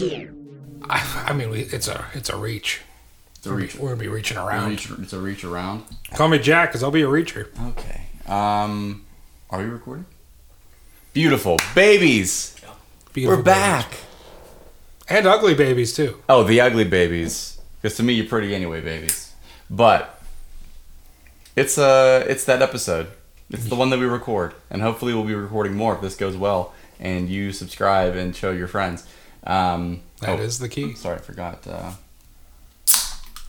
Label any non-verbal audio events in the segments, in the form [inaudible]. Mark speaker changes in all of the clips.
Speaker 1: I, I mean, we, it's a it's a reach.
Speaker 2: It's a reach.
Speaker 1: We're gonna be reaching
Speaker 2: a
Speaker 1: around.
Speaker 2: reach. It's a reach around.
Speaker 1: Mm-hmm. Call me Jack, cause I'll be a reacher.
Speaker 2: Okay. Um, are you recording? Beautiful babies.
Speaker 1: Beautiful
Speaker 2: We're
Speaker 1: babies.
Speaker 2: back.
Speaker 1: and ugly babies too.
Speaker 2: Oh, the ugly babies. Because to me, you're pretty anyway, babies. But it's uh, it's that episode. It's the one that we record, and hopefully, we'll be recording more if this goes well. And you subscribe and show your friends. Um,
Speaker 1: That is
Speaker 2: oh,
Speaker 1: the key.
Speaker 2: Sorry, I forgot. Uh,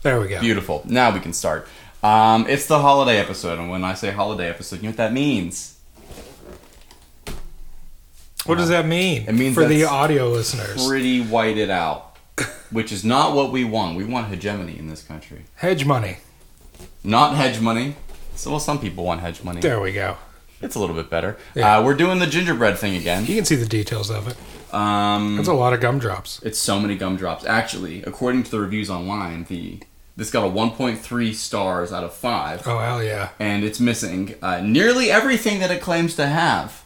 Speaker 1: There we go.
Speaker 2: beautiful. Now we can start. Um, it's the holiday episode, and when I say holiday episode, you know what that means.
Speaker 1: What does that mean?
Speaker 2: It means
Speaker 1: for the
Speaker 2: that's
Speaker 1: audio listeners,
Speaker 2: Pretty whited out, which is not what we want. We want hegemony in this country,
Speaker 1: hedge money.
Speaker 2: not hedge money. So, well, some people want hedge money.
Speaker 1: There we go.
Speaker 2: It's a little bit better.
Speaker 1: Yeah.
Speaker 2: Uh, we're doing the gingerbread thing again.
Speaker 1: You can see the details of it.
Speaker 2: Um,
Speaker 1: That's a lot of gumdrops.
Speaker 2: it's so many gumdrops. Actually, according to the reviews online, the this got a 1.3 stars out of five,
Speaker 1: Oh hell yeah!
Speaker 2: and it's missing uh, nearly everything that it claims to have.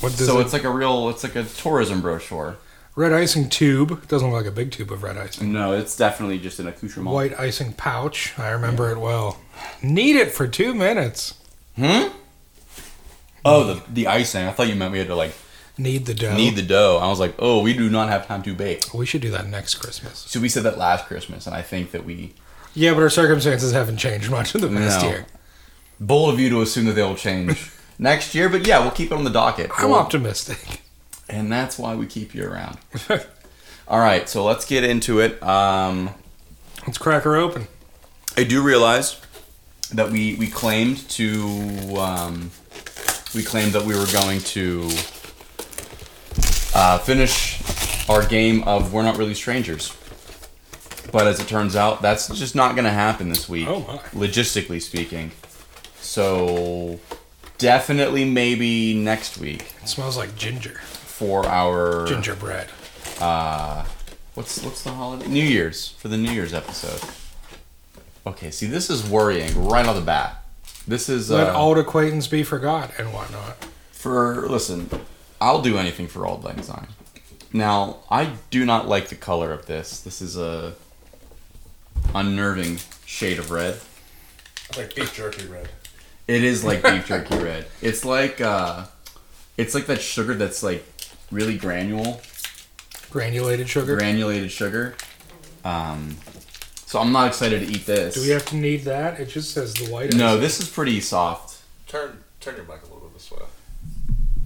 Speaker 1: What does
Speaker 2: so
Speaker 1: it,
Speaker 2: it's like a real, it's like a tourism brochure.
Speaker 1: red icing tube? Doesn't look like a big tube of red icing.
Speaker 2: No, it's definitely just an accoutrement.
Speaker 1: White icing pouch. I remember it well. Need it for two minutes.
Speaker 2: Oh, the the icing. I thought you meant we had to like
Speaker 1: Need the dough.
Speaker 2: knead the dough. I was like, oh, we do not have time to bake.
Speaker 1: we should do that next Christmas.
Speaker 2: So we said that last Christmas, and I think that we
Speaker 1: Yeah, but our circumstances haven't changed much in the past
Speaker 2: No.
Speaker 1: year.
Speaker 2: bold of you to assume that they will change next year. But yeah, we'll keep it on the docket.
Speaker 1: I'm
Speaker 2: We'll-
Speaker 1: optimistic.
Speaker 2: and that's why we keep you around. All right, so let's get into it. Um,
Speaker 1: Let's crack her open.
Speaker 2: I do realize that we we claimed to um, we claimed that we were going to uh, finish our game of we're not really strangers, but as it turns out, that's just not going to happen this week,
Speaker 1: Oh, my.
Speaker 2: logistically speaking. So definitely maybe next week
Speaker 1: It smells like ginger.
Speaker 2: for our
Speaker 1: Gingerbread.
Speaker 2: What's what's the holiday? New Year's for the New Year's episode. Okay, see, this is worrying right off the bat. This is
Speaker 1: Let
Speaker 2: uh,
Speaker 1: old acquaintance be forgot and whatnot.
Speaker 2: for listen. I'll do anything for old lang syne. Now, I do not like the color of this. This is a unnerving shade of red.
Speaker 1: Like beef jerky red.
Speaker 2: It is like [laughs] beef jerky red. It's like uh, it's like that sugar that's like really granule,
Speaker 1: Granulated sugar.
Speaker 2: granulated sugar. Um, so I'm not excited to eat this.
Speaker 1: Do we have to need that? It just says the white.
Speaker 2: no,
Speaker 1: icing.
Speaker 2: this is pretty soft.
Speaker 3: Turn turn your mic a little bit this way.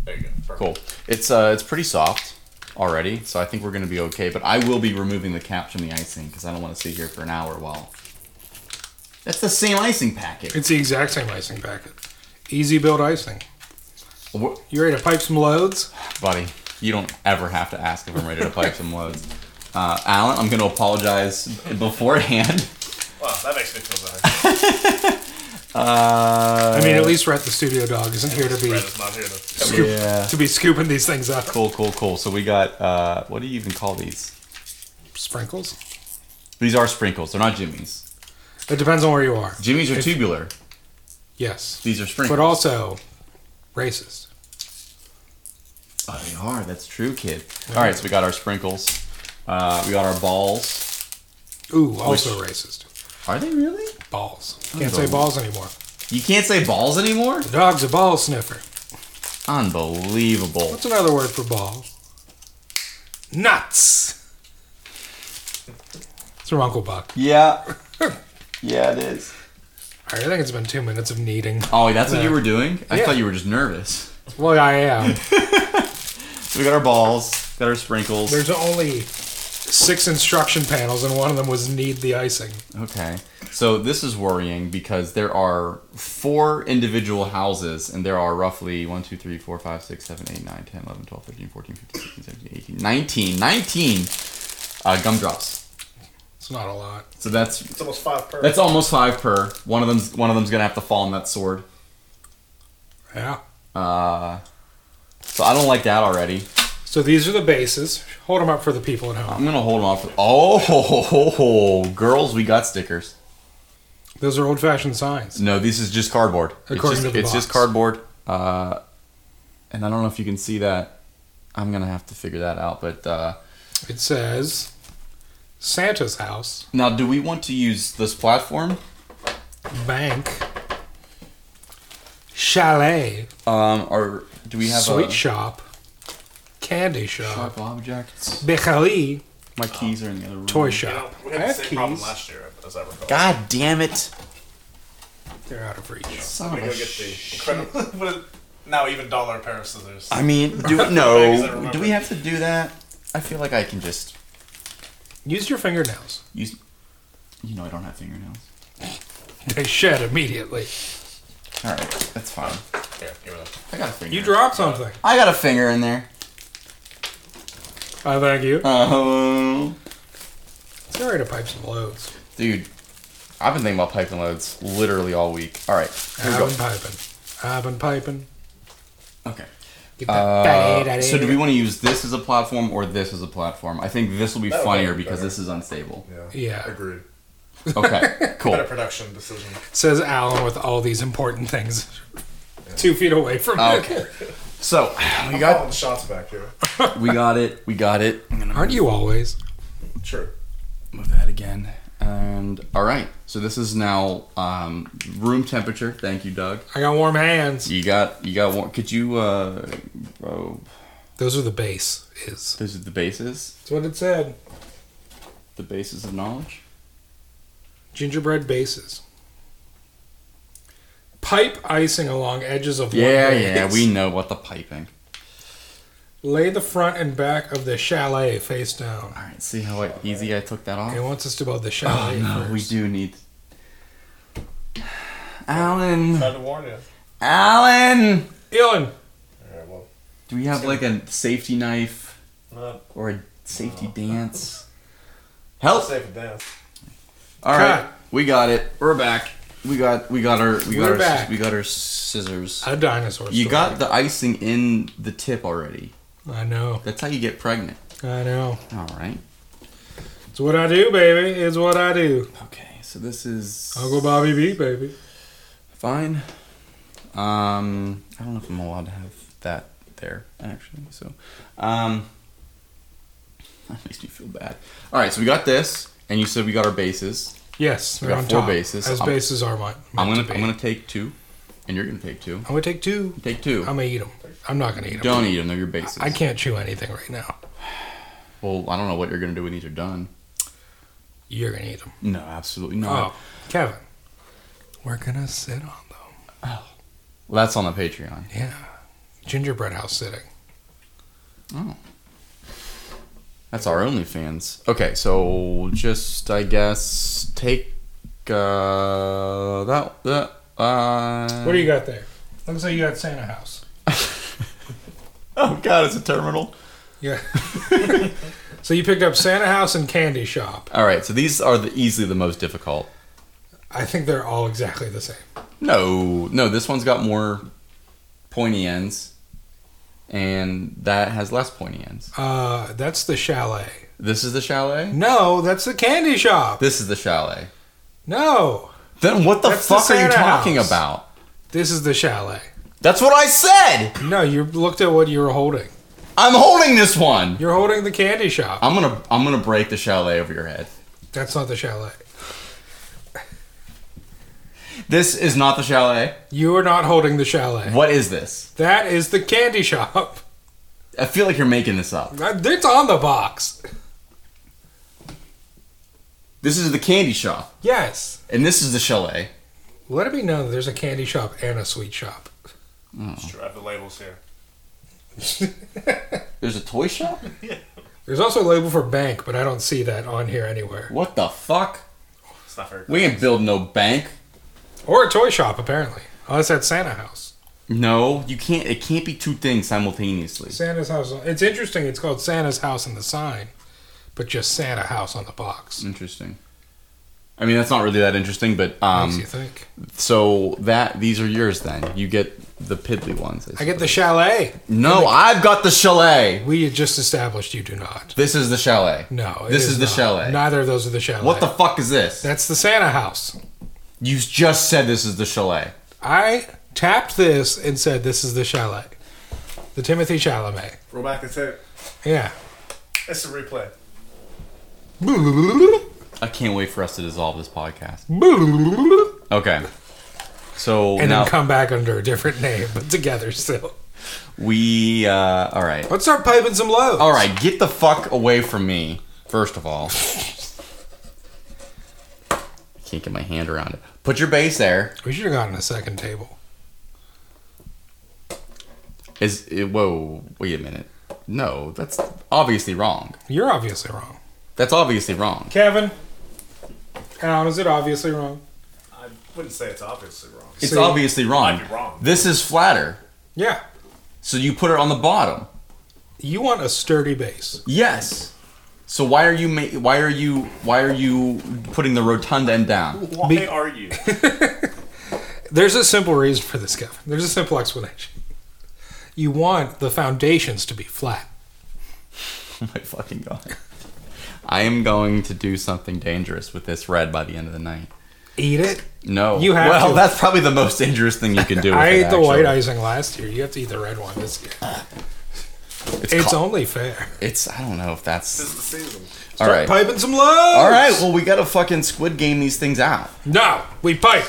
Speaker 3: There you go. Perfect.
Speaker 2: Cool. It's uh, it's pretty soft already, so I think we're gonna be okay. But I will be removing the caps from the icing because I don't want to sit here for an hour while. That's the same icing packet.
Speaker 1: It's the exact same icing packet. Easy build icing.
Speaker 2: Wha-
Speaker 1: You ready to pipe some loads?
Speaker 2: buddy, you don't ever have to ask if I'm ready to pipe some loads. Uh, Alan, I'm gonna apologize beforehand. [laughs]
Speaker 3: Wow, that makes me feel better.
Speaker 2: Uh,
Speaker 1: I mean, at least we're at the studio. Dog isn't here to be
Speaker 3: Brad is not here to.
Speaker 1: scoop,
Speaker 2: Yeah.
Speaker 1: to be scooping these things up.
Speaker 2: cool, cool, cool. So we got uh, what do you even call these?
Speaker 1: Sprinkles.
Speaker 2: These are sprinkles. They're not jimmies.
Speaker 1: It depends on where you are.
Speaker 2: Jimmies are tubular.
Speaker 1: Yes,
Speaker 2: These are sprinkles.
Speaker 1: but also racist.
Speaker 2: Oh, they are. That's true, kid. All right, so we got our sprinkles. Uh, we got our balls.
Speaker 1: Ooh, also racist.
Speaker 2: Are they really?
Speaker 1: Balls. Can't say balls anymore.
Speaker 2: You can't say balls anymore.
Speaker 1: The dog's a ball sniffer.
Speaker 2: Unbelievable.
Speaker 1: What's another word for ball? Nuts. It's from Uncle Buck.
Speaker 2: Yeah. yeah, it is.
Speaker 1: All right, I think it's been two minutes of kneading.
Speaker 2: Oh, that's what you were doing. I
Speaker 1: Yeah.
Speaker 2: thought you were just nervous.
Speaker 1: Well, I am.
Speaker 2: So we got our balls. Got our sprinkles.
Speaker 1: There's only six instruction panels, and one of them was knead the icing.
Speaker 2: Okay. So this is worrying because there are four individual houses, and there are roughly 1, 2, 3, 4, 5, 6, 7, 8, 9, 10, 11, 12, 13, 14, 15, 16, 17, 18, 19, 19 uh, gumdrops.
Speaker 1: It's not a lot.
Speaker 2: So
Speaker 3: [laughs]
Speaker 2: that's
Speaker 3: It's almost five per.
Speaker 2: That's almost five per. One of them's one of them's gonna have to fall on that sword.
Speaker 1: Yeah.
Speaker 2: So I don't like that already.
Speaker 1: So these are the bases. Hold them up for the people at home.
Speaker 2: I'm gonna hold them off. Oh, ho, ho, ho, ho. [laughs] girls, we got stickers.
Speaker 1: Those are old-fashioned signs.
Speaker 2: No, this is just cardboard. it's
Speaker 1: According
Speaker 2: just,
Speaker 1: to the
Speaker 2: it's just
Speaker 1: box.
Speaker 2: cardboard. Uh, and I don't know if you can see that. I'm gonna have to figure that out. But uh,
Speaker 1: house. It says Santa's house,
Speaker 2: Now, do we want to use this platform?
Speaker 1: bank, chalet,
Speaker 2: Um, or do we have
Speaker 1: sweet
Speaker 2: a
Speaker 1: shop, candy shop,
Speaker 2: sharp objects?
Speaker 1: bakery,
Speaker 2: My keys are in the other room.
Speaker 1: toy
Speaker 3: You know,
Speaker 1: shop.
Speaker 3: we
Speaker 1: I
Speaker 3: had the
Speaker 1: have
Speaker 3: same problem
Speaker 1: keys.
Speaker 3: last year, as I recall.
Speaker 2: God damn it!
Speaker 1: They're out of reach.
Speaker 2: Son
Speaker 3: Let
Speaker 2: of
Speaker 3: me
Speaker 2: a
Speaker 3: go get the
Speaker 2: sh-
Speaker 3: incredible, [laughs] what a- now even dollar pair of scissors.
Speaker 2: I mean,
Speaker 3: [laughs]
Speaker 2: do
Speaker 3: Because I
Speaker 2: no?
Speaker 3: remember.
Speaker 2: Do we have to do that? I feel like I can just
Speaker 1: Use your fingernails.
Speaker 2: use. You know, I don't have fingernails.
Speaker 1: They shed immediately.
Speaker 2: All right, that's fine.
Speaker 3: Here, give me them.
Speaker 2: I got a finger.
Speaker 1: You dropped something.
Speaker 2: I got a finger in there.
Speaker 1: I Uh, thank
Speaker 2: Uh.
Speaker 1: you.
Speaker 2: Oh,
Speaker 1: Sorry to pipe some loads.
Speaker 2: dude, I've been thinking about piping loads literally all week. All right, here we
Speaker 1: I've
Speaker 2: go.
Speaker 1: been piping. I've been piping.
Speaker 2: Okay.
Speaker 1: Get
Speaker 2: Uh,
Speaker 1: that-
Speaker 2: so do we want to use this as a platform or this as a platform? I think this will be
Speaker 3: That would
Speaker 2: funnier
Speaker 3: be
Speaker 2: because
Speaker 3: better.
Speaker 2: this is unstable.
Speaker 3: Yeah.
Speaker 1: Yeah.
Speaker 3: Agreed.
Speaker 2: Okay,
Speaker 3: [laughs]
Speaker 2: cool.
Speaker 3: Better production decision.
Speaker 1: Says Alan with all these important things two feet away from me.
Speaker 2: Okay. So we
Speaker 3: Got
Speaker 2: got
Speaker 3: the shots back here.
Speaker 2: we got it. We got it. I'm gonna
Speaker 1: Aren't you always?
Speaker 3: Sure.
Speaker 2: move that again. And all right. So this is now um, room temperature. Thank you, Doug.
Speaker 1: I got warm hands.
Speaker 2: You got you got one. Could you? Uh, oh,
Speaker 1: Those are the base. Is
Speaker 2: those are the bases.
Speaker 1: that's what it said.
Speaker 2: The bases of knowledge.
Speaker 1: Gingerbread bases. Pipe icing along edges of
Speaker 2: Yeah,
Speaker 1: one
Speaker 2: yeah.
Speaker 1: base.
Speaker 2: We know what the piping.
Speaker 1: lay the front and back of the chalet face down.
Speaker 2: All right. See how I, easy I took that off.
Speaker 1: It wants us to build the
Speaker 2: Oh
Speaker 1: chalet.
Speaker 2: no, we
Speaker 1: first.
Speaker 2: do need. Alan,
Speaker 3: Tried to warn you. All
Speaker 2: Alan,
Speaker 1: Elon,
Speaker 3: right, well,
Speaker 2: do we have like a safety knife
Speaker 3: not
Speaker 2: or a safety dance?
Speaker 3: I'll
Speaker 2: Help!
Speaker 3: save a dance.
Speaker 2: All right,
Speaker 1: Cut.
Speaker 2: we got it. We're back. We got we got our we got
Speaker 1: We're
Speaker 2: our
Speaker 1: back.
Speaker 2: we got our scissors.
Speaker 1: a dinosaur.
Speaker 2: You
Speaker 1: story.
Speaker 2: got the icing in the tip already.
Speaker 1: I know.
Speaker 2: That's how you get pregnant.
Speaker 1: I know.
Speaker 2: All right.
Speaker 1: It's what I do, baby. It's what I do.
Speaker 2: Okay. So this is
Speaker 1: Uncle Bobby B, baby.
Speaker 2: fine. Um, I don't know if I'm allowed to have that there actually. So, um, [laughs] that makes me feel bad. All right. So we got this, and you said we got our bases.
Speaker 1: Yes,
Speaker 2: We
Speaker 1: they're
Speaker 2: got
Speaker 1: on
Speaker 2: four
Speaker 1: top,
Speaker 2: bases.
Speaker 1: As
Speaker 2: I'm-
Speaker 1: bases are mine.
Speaker 2: I'm gonna
Speaker 1: to be.
Speaker 2: I'm gonna take two, and you're gonna take two.
Speaker 1: I'm gonna take two.
Speaker 2: Take two.
Speaker 1: I'm gonna eat them. I'm not gonna eat them.
Speaker 2: don't eat them. They're your bases.
Speaker 1: I can't chew anything right now.
Speaker 2: Well, I don't know what you're gonna do when these are done.
Speaker 1: You're gonna eat them.
Speaker 2: No, absolutely not.
Speaker 1: Oh, Kevin, we're gonna sit on them.
Speaker 2: Well, that's on the Patreon.
Speaker 1: Yeah, gingerbread house sitting.
Speaker 2: Oh. That's our OnlyFans. Okay, so just I guess take uh that that uh
Speaker 1: What do you got there? Looks like you got Santa house.
Speaker 2: [laughs] Oh god, it's a terminal.
Speaker 1: [laughs] Yeah. so you picked up Santa house and candy shop.
Speaker 2: Alright, so these are the easily the most difficult.
Speaker 1: I think they're all exactly the same.
Speaker 2: No, no, this one's got more pointy ends. And that has less pointy ends.
Speaker 1: Uh, that's the chalet.
Speaker 2: This is the chalet?
Speaker 1: No, that's the candy shop.
Speaker 2: This is the chalet.
Speaker 1: No,
Speaker 2: Then what the
Speaker 1: That's the
Speaker 2: fuck are you
Speaker 1: Santa
Speaker 2: talking
Speaker 1: house.
Speaker 2: about?
Speaker 1: this is the chalet.
Speaker 2: That's what I said!
Speaker 1: No, you looked at what you were holding.
Speaker 2: I'm holding this one.
Speaker 1: You're holding the candy shop.
Speaker 2: I'm gonna I'm gonna break the chalet over your head.
Speaker 1: That's not the chalet.
Speaker 2: This is not the chalet.
Speaker 1: You are not holding the chalet.
Speaker 2: What is this?
Speaker 1: That is the candy shop. [laughs]
Speaker 2: I feel like you're making this up.
Speaker 1: That- It's on the box.
Speaker 2: This is the candy shop,
Speaker 1: Yes.
Speaker 2: and this is the chalet.
Speaker 1: Let it be known that there's a candy shop and a sweet shop.
Speaker 3: It's true. I have the labels here.
Speaker 2: There's a toy shop.
Speaker 1: There's also a label for bank, but I don't see that on here anywhere.
Speaker 2: What the fuck?
Speaker 3: It's not very good.
Speaker 2: We ain't build no bank.
Speaker 1: Or a toy shop, apparently. Unless that's Santa House.
Speaker 2: No, you can't. It can't be two things simultaneously.
Speaker 1: Santa's House. It's interesting. It's called Santa's House on the sign, but just Santa House on the box.
Speaker 2: Interesting. I mean, that's not really that interesting, but
Speaker 1: Makes you
Speaker 2: um,
Speaker 1: think.
Speaker 2: so that these are yours then. You get the piddly ones.
Speaker 1: I get the chalet.
Speaker 2: no. I've got the chalet.
Speaker 1: We had just established you do not.
Speaker 2: This is the chalet.
Speaker 1: No. it
Speaker 2: This is the
Speaker 1: not.
Speaker 2: chalet.
Speaker 1: Neither of those are the chalet.
Speaker 2: What the fuck is this?
Speaker 1: That's the Santa House.
Speaker 2: You just said this is the chalet.
Speaker 1: I tapped this and said, "This is the chalet." The Timothy Chalamet.
Speaker 3: Roll back the tape.
Speaker 1: Yeah.
Speaker 4: It's a replay.
Speaker 2: I can't wait for us to dissolve this podcast.
Speaker 1: and
Speaker 2: Okay. So now
Speaker 1: then come back under a different name, [laughs] but together still.
Speaker 2: we uh all right.
Speaker 1: Let's start piping some loads.
Speaker 2: All right, get the fuck away from me. First of all. Can't get my hand around it. Put your base there.
Speaker 1: We should have gotten a second table.
Speaker 2: Is it, whoa, wait a minute. No, that's obviously wrong.
Speaker 1: You're obviously wrong.
Speaker 2: That's obviously wrong.
Speaker 1: Kevin, how is it obviously wrong?
Speaker 4: I wouldn't say it's obviously wrong.
Speaker 2: It's
Speaker 1: See,
Speaker 2: obviously wrong.
Speaker 4: I'd be wrong.
Speaker 2: This is flatter.
Speaker 1: Yeah.
Speaker 2: So you put it on the bottom.
Speaker 1: You want a sturdy base.
Speaker 2: Yes. So why are you ma- why are you why are you putting the rotunda
Speaker 1: [laughs]
Speaker 2: end down?
Speaker 4: Why are you?
Speaker 1: There's a simple reason for this, Kevin. There's a simple explanation. You want the foundations to be flat.
Speaker 2: Oh my fucking god. I am going to do something dangerous with this red by the end of the night.
Speaker 1: Eat it.
Speaker 2: No.
Speaker 1: You have
Speaker 2: Well,
Speaker 1: to.
Speaker 2: that's probably the most dangerous thing you can do with
Speaker 1: I
Speaker 2: it,
Speaker 1: ate the
Speaker 2: actually. Ah,
Speaker 1: white icing last year. You have to eat the red one this year.
Speaker 2: It's
Speaker 1: It's
Speaker 2: co-
Speaker 1: only fair.
Speaker 2: it's I don't know if
Speaker 4: This
Speaker 2: that's
Speaker 4: is the season.
Speaker 2: All right.
Speaker 1: Piping some loads.
Speaker 2: All right, well we got to fucking squid game these things out.
Speaker 1: No, we pipe.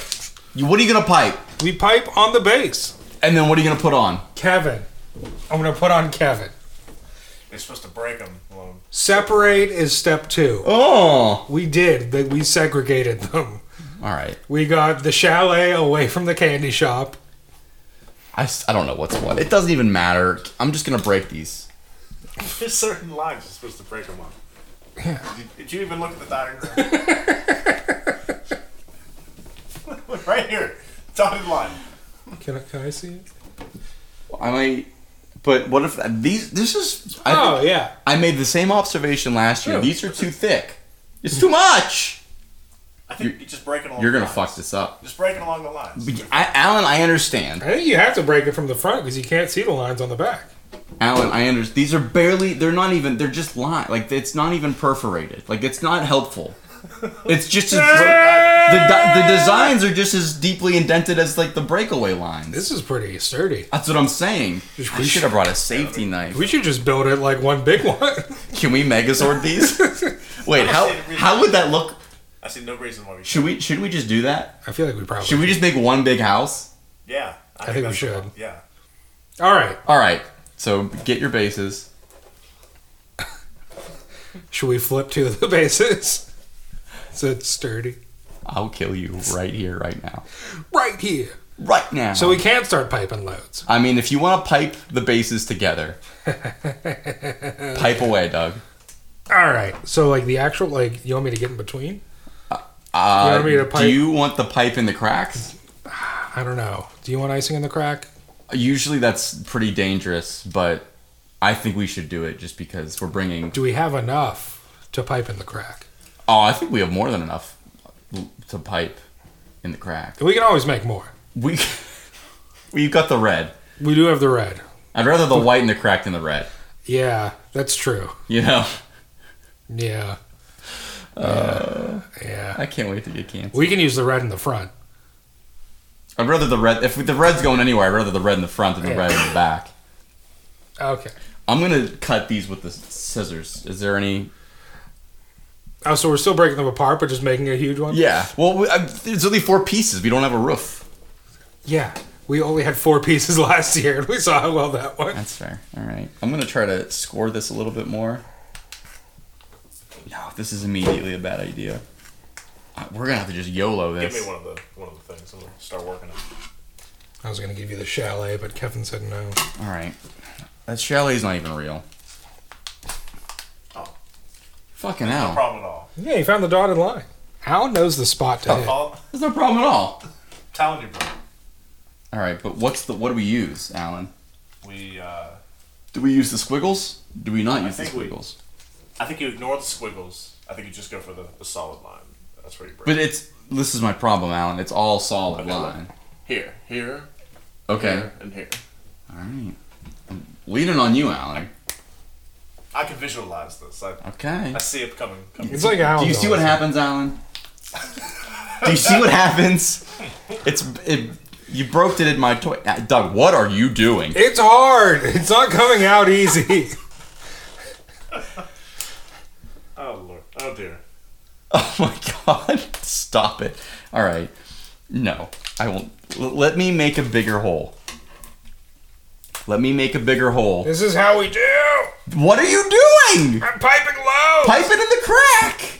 Speaker 2: You, what are you going to pipe?
Speaker 1: We pipe on the base.
Speaker 2: And then what are you going to put on?
Speaker 1: Kevin. I'm gonna put on Kevin.
Speaker 4: You're supposed to break them alone.
Speaker 1: Separate is step two.
Speaker 2: Oh.
Speaker 1: We did. They- We segregated them.
Speaker 2: All right.
Speaker 1: We got the chalet away from the candy shop.
Speaker 2: I, s- I don't know what's what. It doesn't even matter. I'm just going to break these.
Speaker 4: [laughs] There's certain lines you're supposed to break them on. Did, did you even look at the diagram? [laughs] right here, dotted line.
Speaker 1: Can I, can I see it?
Speaker 2: I might but what if these this is I think-
Speaker 1: oh yeah.
Speaker 2: I made the same observation last year.
Speaker 1: Sure.
Speaker 2: These are too thick. It's too much.
Speaker 4: I think you're, just breaking along.
Speaker 2: You're
Speaker 4: the
Speaker 2: gonna
Speaker 4: lines.
Speaker 2: fuck this up,
Speaker 4: Just breaking along the lines.
Speaker 2: But I, Alan. I understand,
Speaker 1: I think you have to break it from the front because you can't see the lines on the back.
Speaker 2: Alan. I understand. These are barely. They're not even. They're just line. Like it's not even perforated. Like it's not helpful. It's just as, the di- the designs are just as deeply indented as like the breakaway lines.
Speaker 1: This is pretty sturdy.
Speaker 2: That's what I'm saying. We should have brought a safety knife.
Speaker 1: We should just build it like one big [laughs] one.
Speaker 2: Can we
Speaker 1: [laughs]
Speaker 2: Megazord these? Wait, how how would that look?
Speaker 4: I see no reason why we should.
Speaker 2: Should we should we just do that?
Speaker 1: I feel like we probably
Speaker 2: Should we just make one big house?
Speaker 4: Yeah,
Speaker 1: I think we
Speaker 4: that's the
Speaker 1: should.
Speaker 4: one. Yeah,
Speaker 1: All right.
Speaker 2: All right. So get your bases.
Speaker 1: Should we flip to the [laughs] bases? So it's sturdy.
Speaker 2: I'll kill you right here, right now,
Speaker 1: Right here.
Speaker 2: right now.
Speaker 1: So we can start piping loads.
Speaker 2: I mean, if you want to pipe the
Speaker 1: [laughs]
Speaker 2: bases together, pipe away, Doug.
Speaker 1: All right. So like the actual like you want me to get in between?
Speaker 2: Uh,
Speaker 1: You want me to pipe-
Speaker 2: Do you want the pipe in the cracks?
Speaker 1: I don't know. Do you want icing in the crack?
Speaker 2: Usually that's pretty dangerous, but I think we should do it just because we're bringing.
Speaker 1: Do we have enough to pipe in the crack?
Speaker 2: Oh, I think we have more than enough to pipe in the crack.
Speaker 1: We can always make more.
Speaker 2: We [laughs] we've got the red.
Speaker 1: We do have the red.
Speaker 2: I'd rather the white in the crack than the red.
Speaker 1: Yeah, that's true.
Speaker 2: You know,
Speaker 1: Yeah.
Speaker 2: Uh,
Speaker 1: yeah. Yeah.
Speaker 2: I can't wait to get canceled.
Speaker 1: We can use the red in the front.
Speaker 2: I'd rather the red. If the red's going anywhere, I'd rather the red in the front than the
Speaker 1: Yeah.
Speaker 2: red in the back.
Speaker 1: Okay.
Speaker 2: I'm gonna cut these with the scissors. Is there any?
Speaker 1: Oh, so we're still breaking them apart, but just making a huge one?
Speaker 2: Yeah. Well, we, I, there's only four pieces. We don't have a roof.
Speaker 1: Yeah. We only had four [laughs] pieces last year, and we saw how well that went.
Speaker 2: That's fair. All right. I'm gonna try to score this a little bit more. No, this is immediately a bad idea. Uh, We're gonna have to just YOLO
Speaker 4: give me
Speaker 2: this.
Speaker 4: one of the one of the things. I'm gonna start working it.
Speaker 1: I was going to give you the chalet, but Kevin said no.
Speaker 2: All right. That chalet's not even real.
Speaker 4: Oh.
Speaker 2: Fucking
Speaker 4: No
Speaker 2: hell.
Speaker 4: problem at all.
Speaker 1: Yeah, he found the dotted line. Al knows the spot
Speaker 2: Oh,
Speaker 1: to hit.
Speaker 4: All
Speaker 2: There's no problem at all.
Speaker 4: talent you bro.
Speaker 2: All right, but what's the what do we use, Alan?
Speaker 4: We, uh,
Speaker 2: Do we use the squiggles? Do we not use the
Speaker 4: think we-
Speaker 2: squiggles?
Speaker 4: I think you ignore the squiggles. I think you just go for the, the solid line. That's where you break.
Speaker 2: But it's this is my problem, Alan. It's all solid
Speaker 4: Okay,
Speaker 2: line.
Speaker 4: here, here,
Speaker 2: Okay.
Speaker 4: here, and here.
Speaker 2: All right. I'm leaning on you, Alan.
Speaker 4: I can visualize this. I,
Speaker 2: Okay.
Speaker 4: I see it coming. coming.
Speaker 1: It's like Al.
Speaker 2: Do you
Speaker 1: knows.
Speaker 2: see what
Speaker 4: [laughs]
Speaker 2: happens, Alan? Do you see what happens? It's it. You broke it in my toy, Uh, Doug. What are you doing?
Speaker 1: [laughs]
Speaker 2: [laughs]
Speaker 1: It's hard. It's not coming out easy.
Speaker 4: Oh dear.
Speaker 2: Oh my god, stop it. All right. No, I won't. L- let me make a bigger hole. Let me make a bigger
Speaker 1: [laughs]
Speaker 2: hole.
Speaker 1: This is how we do.
Speaker 2: What are you doing?
Speaker 1: I'm piping low.
Speaker 2: Pipe it in the crack!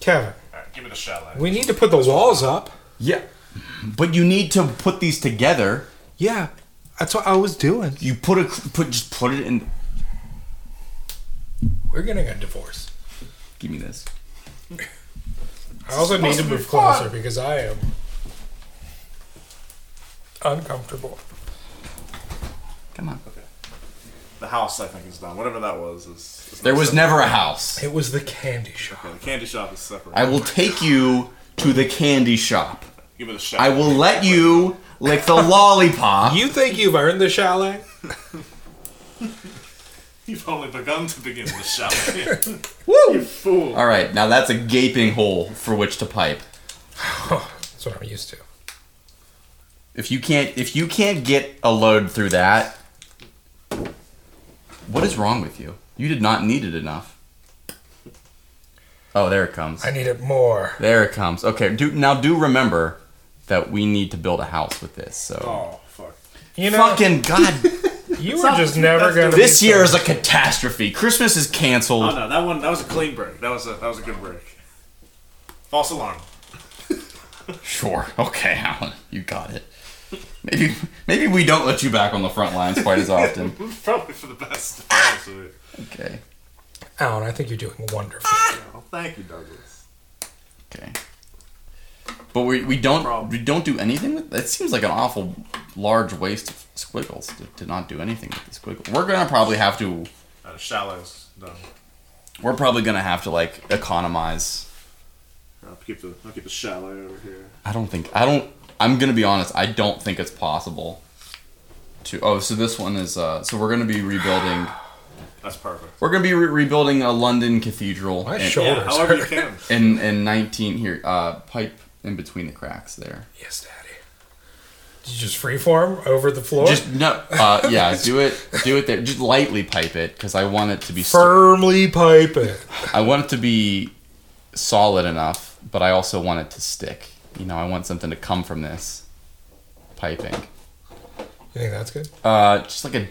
Speaker 1: Kevin,
Speaker 4: All right, give it a shot. Lad.
Speaker 1: we need to put the walls up.
Speaker 2: Yeah. But you need to put these together.
Speaker 1: Yeah, that's what I was doing.
Speaker 2: You put a cr- put just put it in
Speaker 1: We're getting a divorce.
Speaker 2: Give me this.
Speaker 1: I also need
Speaker 4: supposed
Speaker 1: to
Speaker 4: to be
Speaker 1: move
Speaker 4: fun.
Speaker 1: closer because I am uncomfortable.
Speaker 2: Come on.
Speaker 4: The house, I think, is done. Whatever that was, is. is
Speaker 2: There was
Speaker 4: not
Speaker 2: never a house.
Speaker 1: It was the candy shop.
Speaker 4: separate. The candy shop is separate.
Speaker 2: I will take you to the candy shop.
Speaker 4: give it a shot.
Speaker 2: I will let you lick the [laughs] lollipop.
Speaker 1: You think you've earned the chalet?
Speaker 4: You've only begun to begin the shot. [laughs]
Speaker 2: Woo!
Speaker 4: Fool.
Speaker 2: All right, now that's a gaping hole for which to pipe.
Speaker 1: That's what I'm used to.
Speaker 2: If you can't if you can't get a load through that, what is wrong with you? You did not need it enough. Oh, there it comes.
Speaker 1: I need it more.
Speaker 2: There it comes. Okay, do now do remember that we need to build a house with this. So
Speaker 4: Oh fuck.
Speaker 1: You know, [laughs]
Speaker 2: fucking god,
Speaker 1: you were just never gonna. be
Speaker 2: this year
Speaker 1: so-
Speaker 2: is a catastrophe. Christmas is
Speaker 4: Oh
Speaker 2: canceled.
Speaker 4: no, that one. That was a clean break. That was a. That was a good break. False alarm.
Speaker 2: Sure. Okay, Alan, you got it. Maybe maybe we don't let you back on the front lines quite as
Speaker 1: [laughs]
Speaker 2: often.
Speaker 4: Probably for the best. [laughs] honestly.
Speaker 2: Okay.
Speaker 1: Alan, I think you're doing wonderful.
Speaker 4: Well, Oh, thank you, Douglas.
Speaker 2: Okay. But we, we don't
Speaker 4: Problem.
Speaker 2: we don't do anything with that seems like an awful large waste of squiggles to, to not do anything with the squiggle. We're gonna probably have to
Speaker 4: Uh, shallows done.
Speaker 2: we're probably gonna have to like economize.
Speaker 4: I'll keep the. I'll keep the shallow over here.
Speaker 2: I don't think I don't I'm gonna be honest, I don't think it's possible to oh so this one is uh so we're gonna be rebuilding
Speaker 4: That's perfect.
Speaker 2: we're gonna be re- rebuilding a London cathedral
Speaker 1: My
Speaker 2: in,
Speaker 1: shoulder-
Speaker 4: Yeah,
Speaker 1: Orders.
Speaker 4: however you can. [laughs]
Speaker 2: in in nineteen here, uh pipe in between the cracks there.
Speaker 1: Yes, Daddy. Did you just freeform over the floor?
Speaker 2: Just no. Uh, yeah, do it. Do it there. Just lightly pipe it because I want it to be. St-
Speaker 1: firmly pipe it.
Speaker 2: I want it to be solid enough, but I also want it to stick. You know, I want something to come from this piping.
Speaker 1: You think that's good?
Speaker 2: Uh, just like a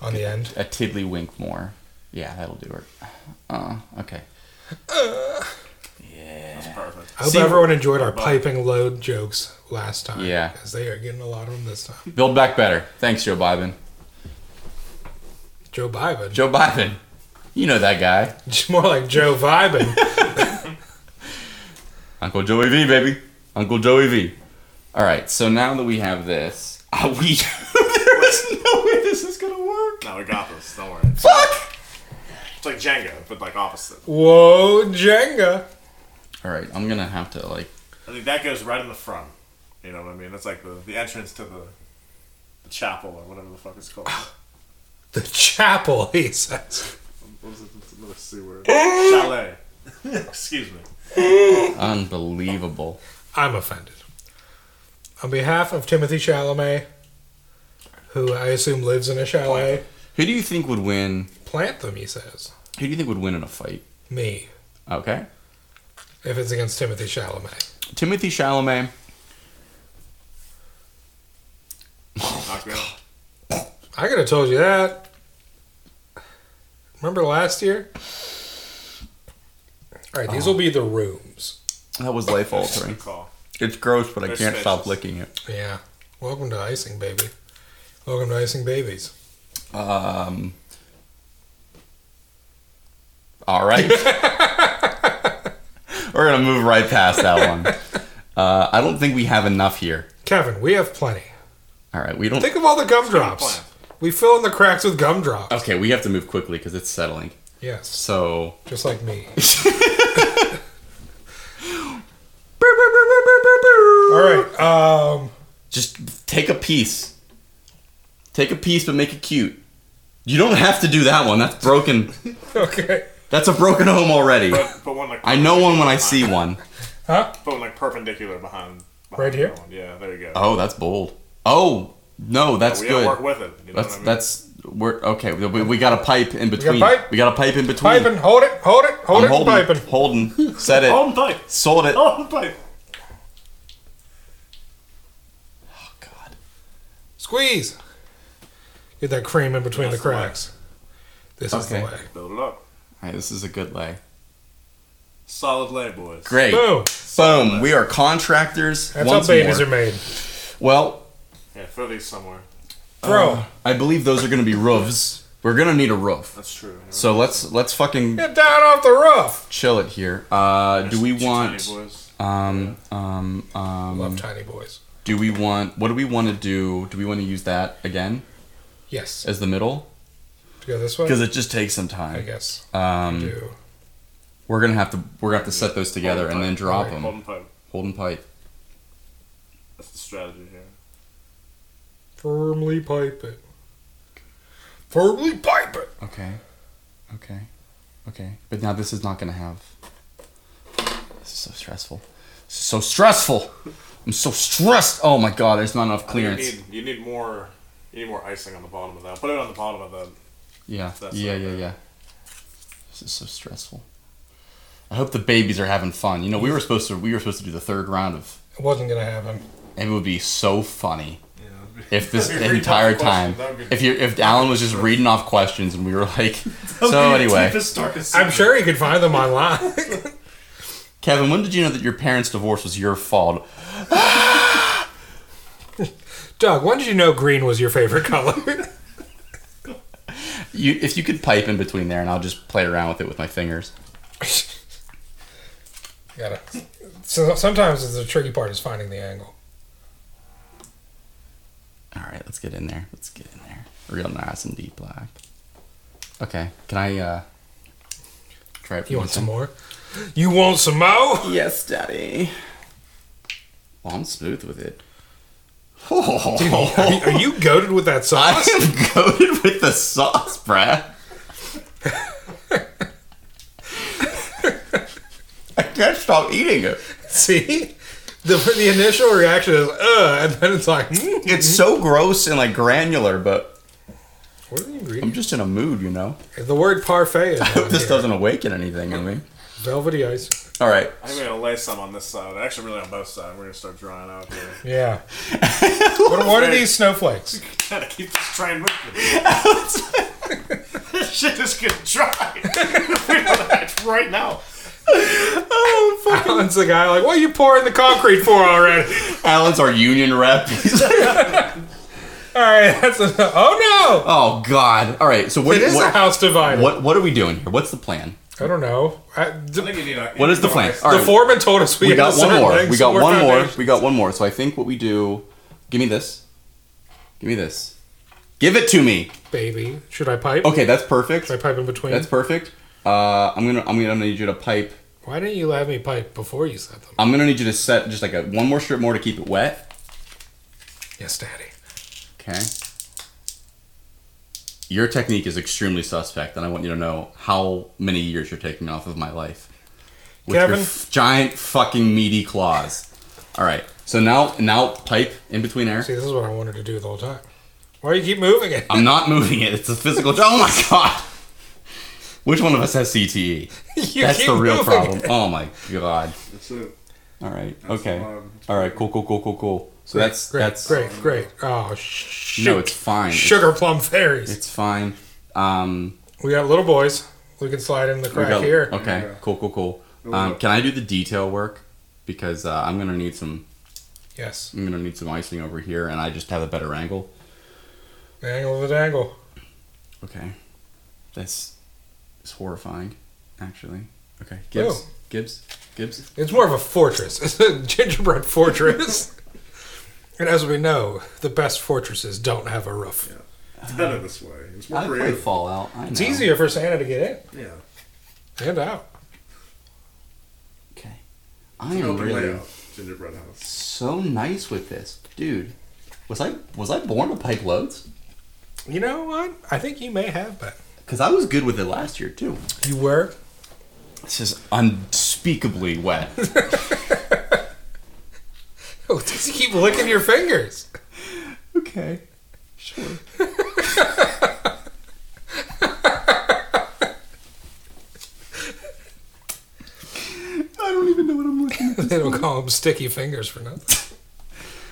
Speaker 1: On the end?
Speaker 2: a tiddly wink more. Yeah, that'll do it. Uh, okay.
Speaker 4: That's perfect.
Speaker 1: I hope
Speaker 2: See-
Speaker 1: everyone enjoyed our piping load jokes last time.
Speaker 2: Yeah.
Speaker 1: Because they are getting a lot of them this time.
Speaker 2: Build back better. Thanks, Joe Biden.
Speaker 1: Joe Biden.
Speaker 2: Joe Biden. You know that guy,
Speaker 1: [laughs] More like Joe Vibin.
Speaker 2: Uncle Joey V, baby. Uncle Joey V. All right. So now that we have this, [laughs] uh, we there is no way this is gonna work.
Speaker 4: No, we got this. Don't worry.
Speaker 2: Fuck!
Speaker 4: It's like Django, but like opposite.
Speaker 1: [laughs] Whoa, Jenga.
Speaker 2: Alright, I'm gonna have to, like.
Speaker 4: I think that goes right in the front. You know what I mean? That's like the, the entrance to the the chapel or whatever the fuck it's [laughs] called.
Speaker 1: The chapel, he says.
Speaker 4: what was it? It's another C
Speaker 2: [laughs]
Speaker 4: word. [laughs] Chalet. Excuse me.
Speaker 2: Unbelievable.
Speaker 1: I'm offended. On behalf of Timothy Chalamet, who I assume lives in a chalet,
Speaker 2: Who do you think would win?
Speaker 1: plant them, he says.
Speaker 2: Who do you think would win in a fight?
Speaker 1: Me,
Speaker 2: Okay.
Speaker 1: if it's against Timothy Chalamet.
Speaker 2: Timothy Chalamet.
Speaker 4: Not good.
Speaker 1: I could have told you that. Remember last year? Oh. All right, these will be the rooms.
Speaker 2: That was life altering.
Speaker 4: Good call.
Speaker 2: It's gross, but I
Speaker 4: They're
Speaker 2: can't stop
Speaker 4: spacious.
Speaker 2: licking it.
Speaker 1: Yeah. Welcome to icing, baby. Welcome to icing babies.
Speaker 2: Um. Alright. [laughs] We're gonna move right past that one. Uh, I don't think we have enough here.
Speaker 1: Kevin, we have plenty.
Speaker 2: Alright, we don't.
Speaker 1: Think of all the gumdrops.
Speaker 4: plan.
Speaker 1: We fill in the cracks with gumdrops.
Speaker 2: Okay, we have to move quickly because it's settling.
Speaker 1: Yes,
Speaker 2: So.
Speaker 1: just like [laughs] me. All right. Um, [laughs]
Speaker 2: Just take a piece. Take a piece, but make it cute. You don't have to do that one. That's broken.
Speaker 1: okay.
Speaker 2: That's a broken home already.
Speaker 4: But put one like
Speaker 2: I know
Speaker 4: [laughs]
Speaker 2: one when I see one.
Speaker 1: Huh?
Speaker 4: Put one like perpendicular behind. behind
Speaker 1: Right here?
Speaker 4: that One. Yeah, there you go.
Speaker 2: Oh, that's bold. Oh no, that's
Speaker 4: we gotta
Speaker 2: good.
Speaker 4: work with it. You know
Speaker 2: That's
Speaker 4: what I mean?
Speaker 2: that's We're okay. We, we got a pipe in between.
Speaker 1: pipe?
Speaker 2: We got a pipe in between.
Speaker 1: Piping, hold it, hold it, hold it,
Speaker 2: I'm
Speaker 1: and
Speaker 2: holding.
Speaker 1: piping.
Speaker 2: Holding.
Speaker 4: [laughs]
Speaker 2: Said it.
Speaker 4: Own pipe.
Speaker 2: Sold it.
Speaker 4: Own pipe.
Speaker 2: Oh, God.
Speaker 1: Squeeze. Get that cream in between
Speaker 4: That's
Speaker 1: the
Speaker 4: the way.
Speaker 1: cracks. This is the
Speaker 2: Okay.
Speaker 1: way.
Speaker 4: Build it up.
Speaker 2: All right, this is a good lay.
Speaker 4: Solid lay, boys.
Speaker 2: Great.
Speaker 1: Boom.
Speaker 2: Boom. We are contractors.
Speaker 1: That's
Speaker 2: once
Speaker 1: how babies
Speaker 2: more.
Speaker 1: are made.
Speaker 2: Well,
Speaker 4: Yeah, throw these somewhere.
Speaker 1: Bro.
Speaker 2: I believe those are going to be roofs. We're going to need a roof.
Speaker 4: That's true.
Speaker 2: So let's let's fucking
Speaker 1: Get down off the roof.
Speaker 2: chill it here. Uh, do we
Speaker 4: Tiny
Speaker 2: want
Speaker 4: boys.
Speaker 2: um um um
Speaker 1: Love tiny boys.
Speaker 2: do we want what do we want to do? Do we want to use that again
Speaker 1: Yes.
Speaker 2: as the middle?
Speaker 1: To go this way?
Speaker 2: Because it just takes some
Speaker 1: I
Speaker 2: time.
Speaker 1: guess.
Speaker 2: Um,
Speaker 1: Do.
Speaker 2: we're gonna have to we're gonna have to set those together and then drop them.
Speaker 4: Own pipe.
Speaker 2: Holding pipe.
Speaker 4: That's the strategy here.
Speaker 1: Firmly pipe it. Firmly pipe it.
Speaker 2: Okay. Okay. Okay. But now this is not gonna have. This is so stressful. So stressful. I'm so stressed. Oh my god, there's not enough
Speaker 4: You
Speaker 2: clearance.
Speaker 4: need, you need more. You need more icing on the bottom of that. Put it on the bottom of that.
Speaker 2: Yeah.
Speaker 4: That's
Speaker 2: yeah,
Speaker 4: not
Speaker 2: yeah,
Speaker 4: bad.
Speaker 2: yeah. This is so stressful. I hope the babies are having fun. You know, we were supposed to we were supposed to do the third round of
Speaker 1: It wasn't going to happen.
Speaker 2: it would be so funny
Speaker 4: Yeah. [laughs]
Speaker 2: if this
Speaker 4: That'd be
Speaker 2: the entire
Speaker 4: reading off
Speaker 2: time
Speaker 4: questions, that'd be-
Speaker 2: if you if Alan was just reading off questions and we were
Speaker 4: [laughs]
Speaker 2: like so anyway
Speaker 1: I'm sure you could find them online. [laughs]
Speaker 2: Kevin when did you know that your parents divorce was your fault
Speaker 1: Doug, when did you know green was your favorite color?
Speaker 2: You, if you could pipe in between there, and I'll just play around with it with my fingers.
Speaker 1: Gotta. So sometimes it's the tricky part is finding the angle.
Speaker 2: All right, let's get in there. Let's get in there. Real nice and deep black. Okay, can I uh, try it? from
Speaker 1: You
Speaker 2: this
Speaker 1: want some
Speaker 2: end?
Speaker 1: more? You want some
Speaker 2: [laughs]
Speaker 1: more?
Speaker 2: Yes, Daddy. Well, I'm smooth
Speaker 1: [laughs]
Speaker 2: with it.
Speaker 1: Are you, are you goaded with that
Speaker 2: I [laughs]
Speaker 1: sauce?
Speaker 2: am coated with the
Speaker 1: [laughs]
Speaker 2: sauce, Brad. I can't stop eating it.
Speaker 1: See, the, the initial reaction is ugh, and then it's like, mm,
Speaker 2: It's so gross and like granular, but
Speaker 1: what are the
Speaker 2: I'm
Speaker 1: ingredients?
Speaker 2: just in a mood, you know.
Speaker 1: The word parfait is on
Speaker 2: This
Speaker 1: here.
Speaker 2: doesn't awaken anything in me.
Speaker 1: velvety ice.
Speaker 2: All right.
Speaker 4: I think we're gonna lay some on this side. Actually, really on both sides. We're gonna start drying out here. [laughs]
Speaker 1: Yeah. [laughs] what, what are these [laughs] snowflakes?
Speaker 4: Gotta keep this train moving. this [laughs] shit is gonna dry. [laughs] We're on that right now.
Speaker 1: Oh, [laughs] Alan's the guy like, what are you pouring the concrete for already? [laughs]
Speaker 2: Alan's our union rep. [laughs] He's like,
Speaker 1: All right, that's enough. Oh
Speaker 2: oh God! All right. So
Speaker 1: no,
Speaker 2: what?
Speaker 1: it is a
Speaker 2: what,
Speaker 1: house divided.
Speaker 2: what? What are we doing here? What's the plan?
Speaker 1: I don't know. I,
Speaker 4: I
Speaker 1: the,
Speaker 4: think you need a,
Speaker 2: What is the plan? All
Speaker 1: the
Speaker 2: right.
Speaker 1: foreman told us we,
Speaker 2: we
Speaker 1: had
Speaker 2: got
Speaker 1: a
Speaker 2: one
Speaker 1: certain
Speaker 2: more.
Speaker 1: thing,
Speaker 2: we
Speaker 1: so
Speaker 2: got
Speaker 1: we're
Speaker 2: one
Speaker 1: not
Speaker 2: more.
Speaker 1: doing-
Speaker 2: We got one more. So I think what we do. Give me this. Give me this. Give it to me.
Speaker 1: Baby, should I pipe?
Speaker 2: Okay, that's perfect.
Speaker 1: Should I pipe in between?
Speaker 2: That's perfect. Uh, I'm gonna. I'm gonna need you to pipe.
Speaker 1: Why didn't you have me pipe before you said them?
Speaker 2: I'm gonna need you to set just like a one more strip more to keep it wet.
Speaker 1: Yes, Daddy.
Speaker 2: Okay. Your technique is extremely suspect, and I want you to know how many years you're taking off of my life. With
Speaker 1: Kevin?
Speaker 2: your f- giant fucking meaty claws. All right. So now, now pipe in between air.
Speaker 1: See, this is what I wanted to do the whole time. Why do you keep moving it? [laughs]
Speaker 2: I'm not moving it. It's a physical. [laughs] Oh my god. Which one of us has CTE?
Speaker 1: You
Speaker 2: That's
Speaker 1: keep
Speaker 2: the real
Speaker 1: moving
Speaker 2: problem.
Speaker 1: it.
Speaker 2: Oh my god.
Speaker 4: That's it.
Speaker 2: All right. Okay.
Speaker 4: the problem.
Speaker 2: All right. Cool. Cool. Cool. Cool. Cool. So that's
Speaker 1: great,
Speaker 2: that's
Speaker 1: great, great. Oh, shoot.
Speaker 2: no. It's fine. It's-
Speaker 1: Sugar plum fairies.
Speaker 2: it's fine. Um.
Speaker 1: We got little boys. We can slide in the
Speaker 2: We
Speaker 1: crack
Speaker 2: got-
Speaker 1: here.
Speaker 2: Okay,
Speaker 4: Yeah.
Speaker 2: cool, cool, cool. Um, can I do the detail work? Because uh, I'm gonna need some.
Speaker 1: Yes.
Speaker 2: I'm gonna need some icing over here, and I just have a better angle.
Speaker 1: The angle of the dangle.
Speaker 2: Okay, that's it's horrifying, actually. Okay, Gibbs,
Speaker 1: Oh.
Speaker 2: Gibbs, Gibbs.
Speaker 1: It's more of a fortress. [laughs] It's a gingerbread fortress. [laughs] and as we know, the best fortresses don't have a roof.
Speaker 4: It's better this way. It's more
Speaker 2: I played
Speaker 4: creative.
Speaker 2: Fallout. I know.
Speaker 1: It's easier for Santa to get
Speaker 4: Yeah.
Speaker 1: in and out.
Speaker 2: Okay, I
Speaker 4: It's an
Speaker 2: am
Speaker 4: open
Speaker 2: really
Speaker 4: layout. Gingerbread house.
Speaker 2: so nice with this, dude. Was I was I born to pipe loads?
Speaker 1: You know what? I think you may have that.
Speaker 2: Because I was good with it last year too.
Speaker 1: You were?
Speaker 2: This is unspeakably wet.
Speaker 1: Oh, [laughs] does he keep licking your fingers?
Speaker 2: Okay. Sure. even know what I'm looking at.
Speaker 1: [laughs] They don't call them sticky fingers for nothing.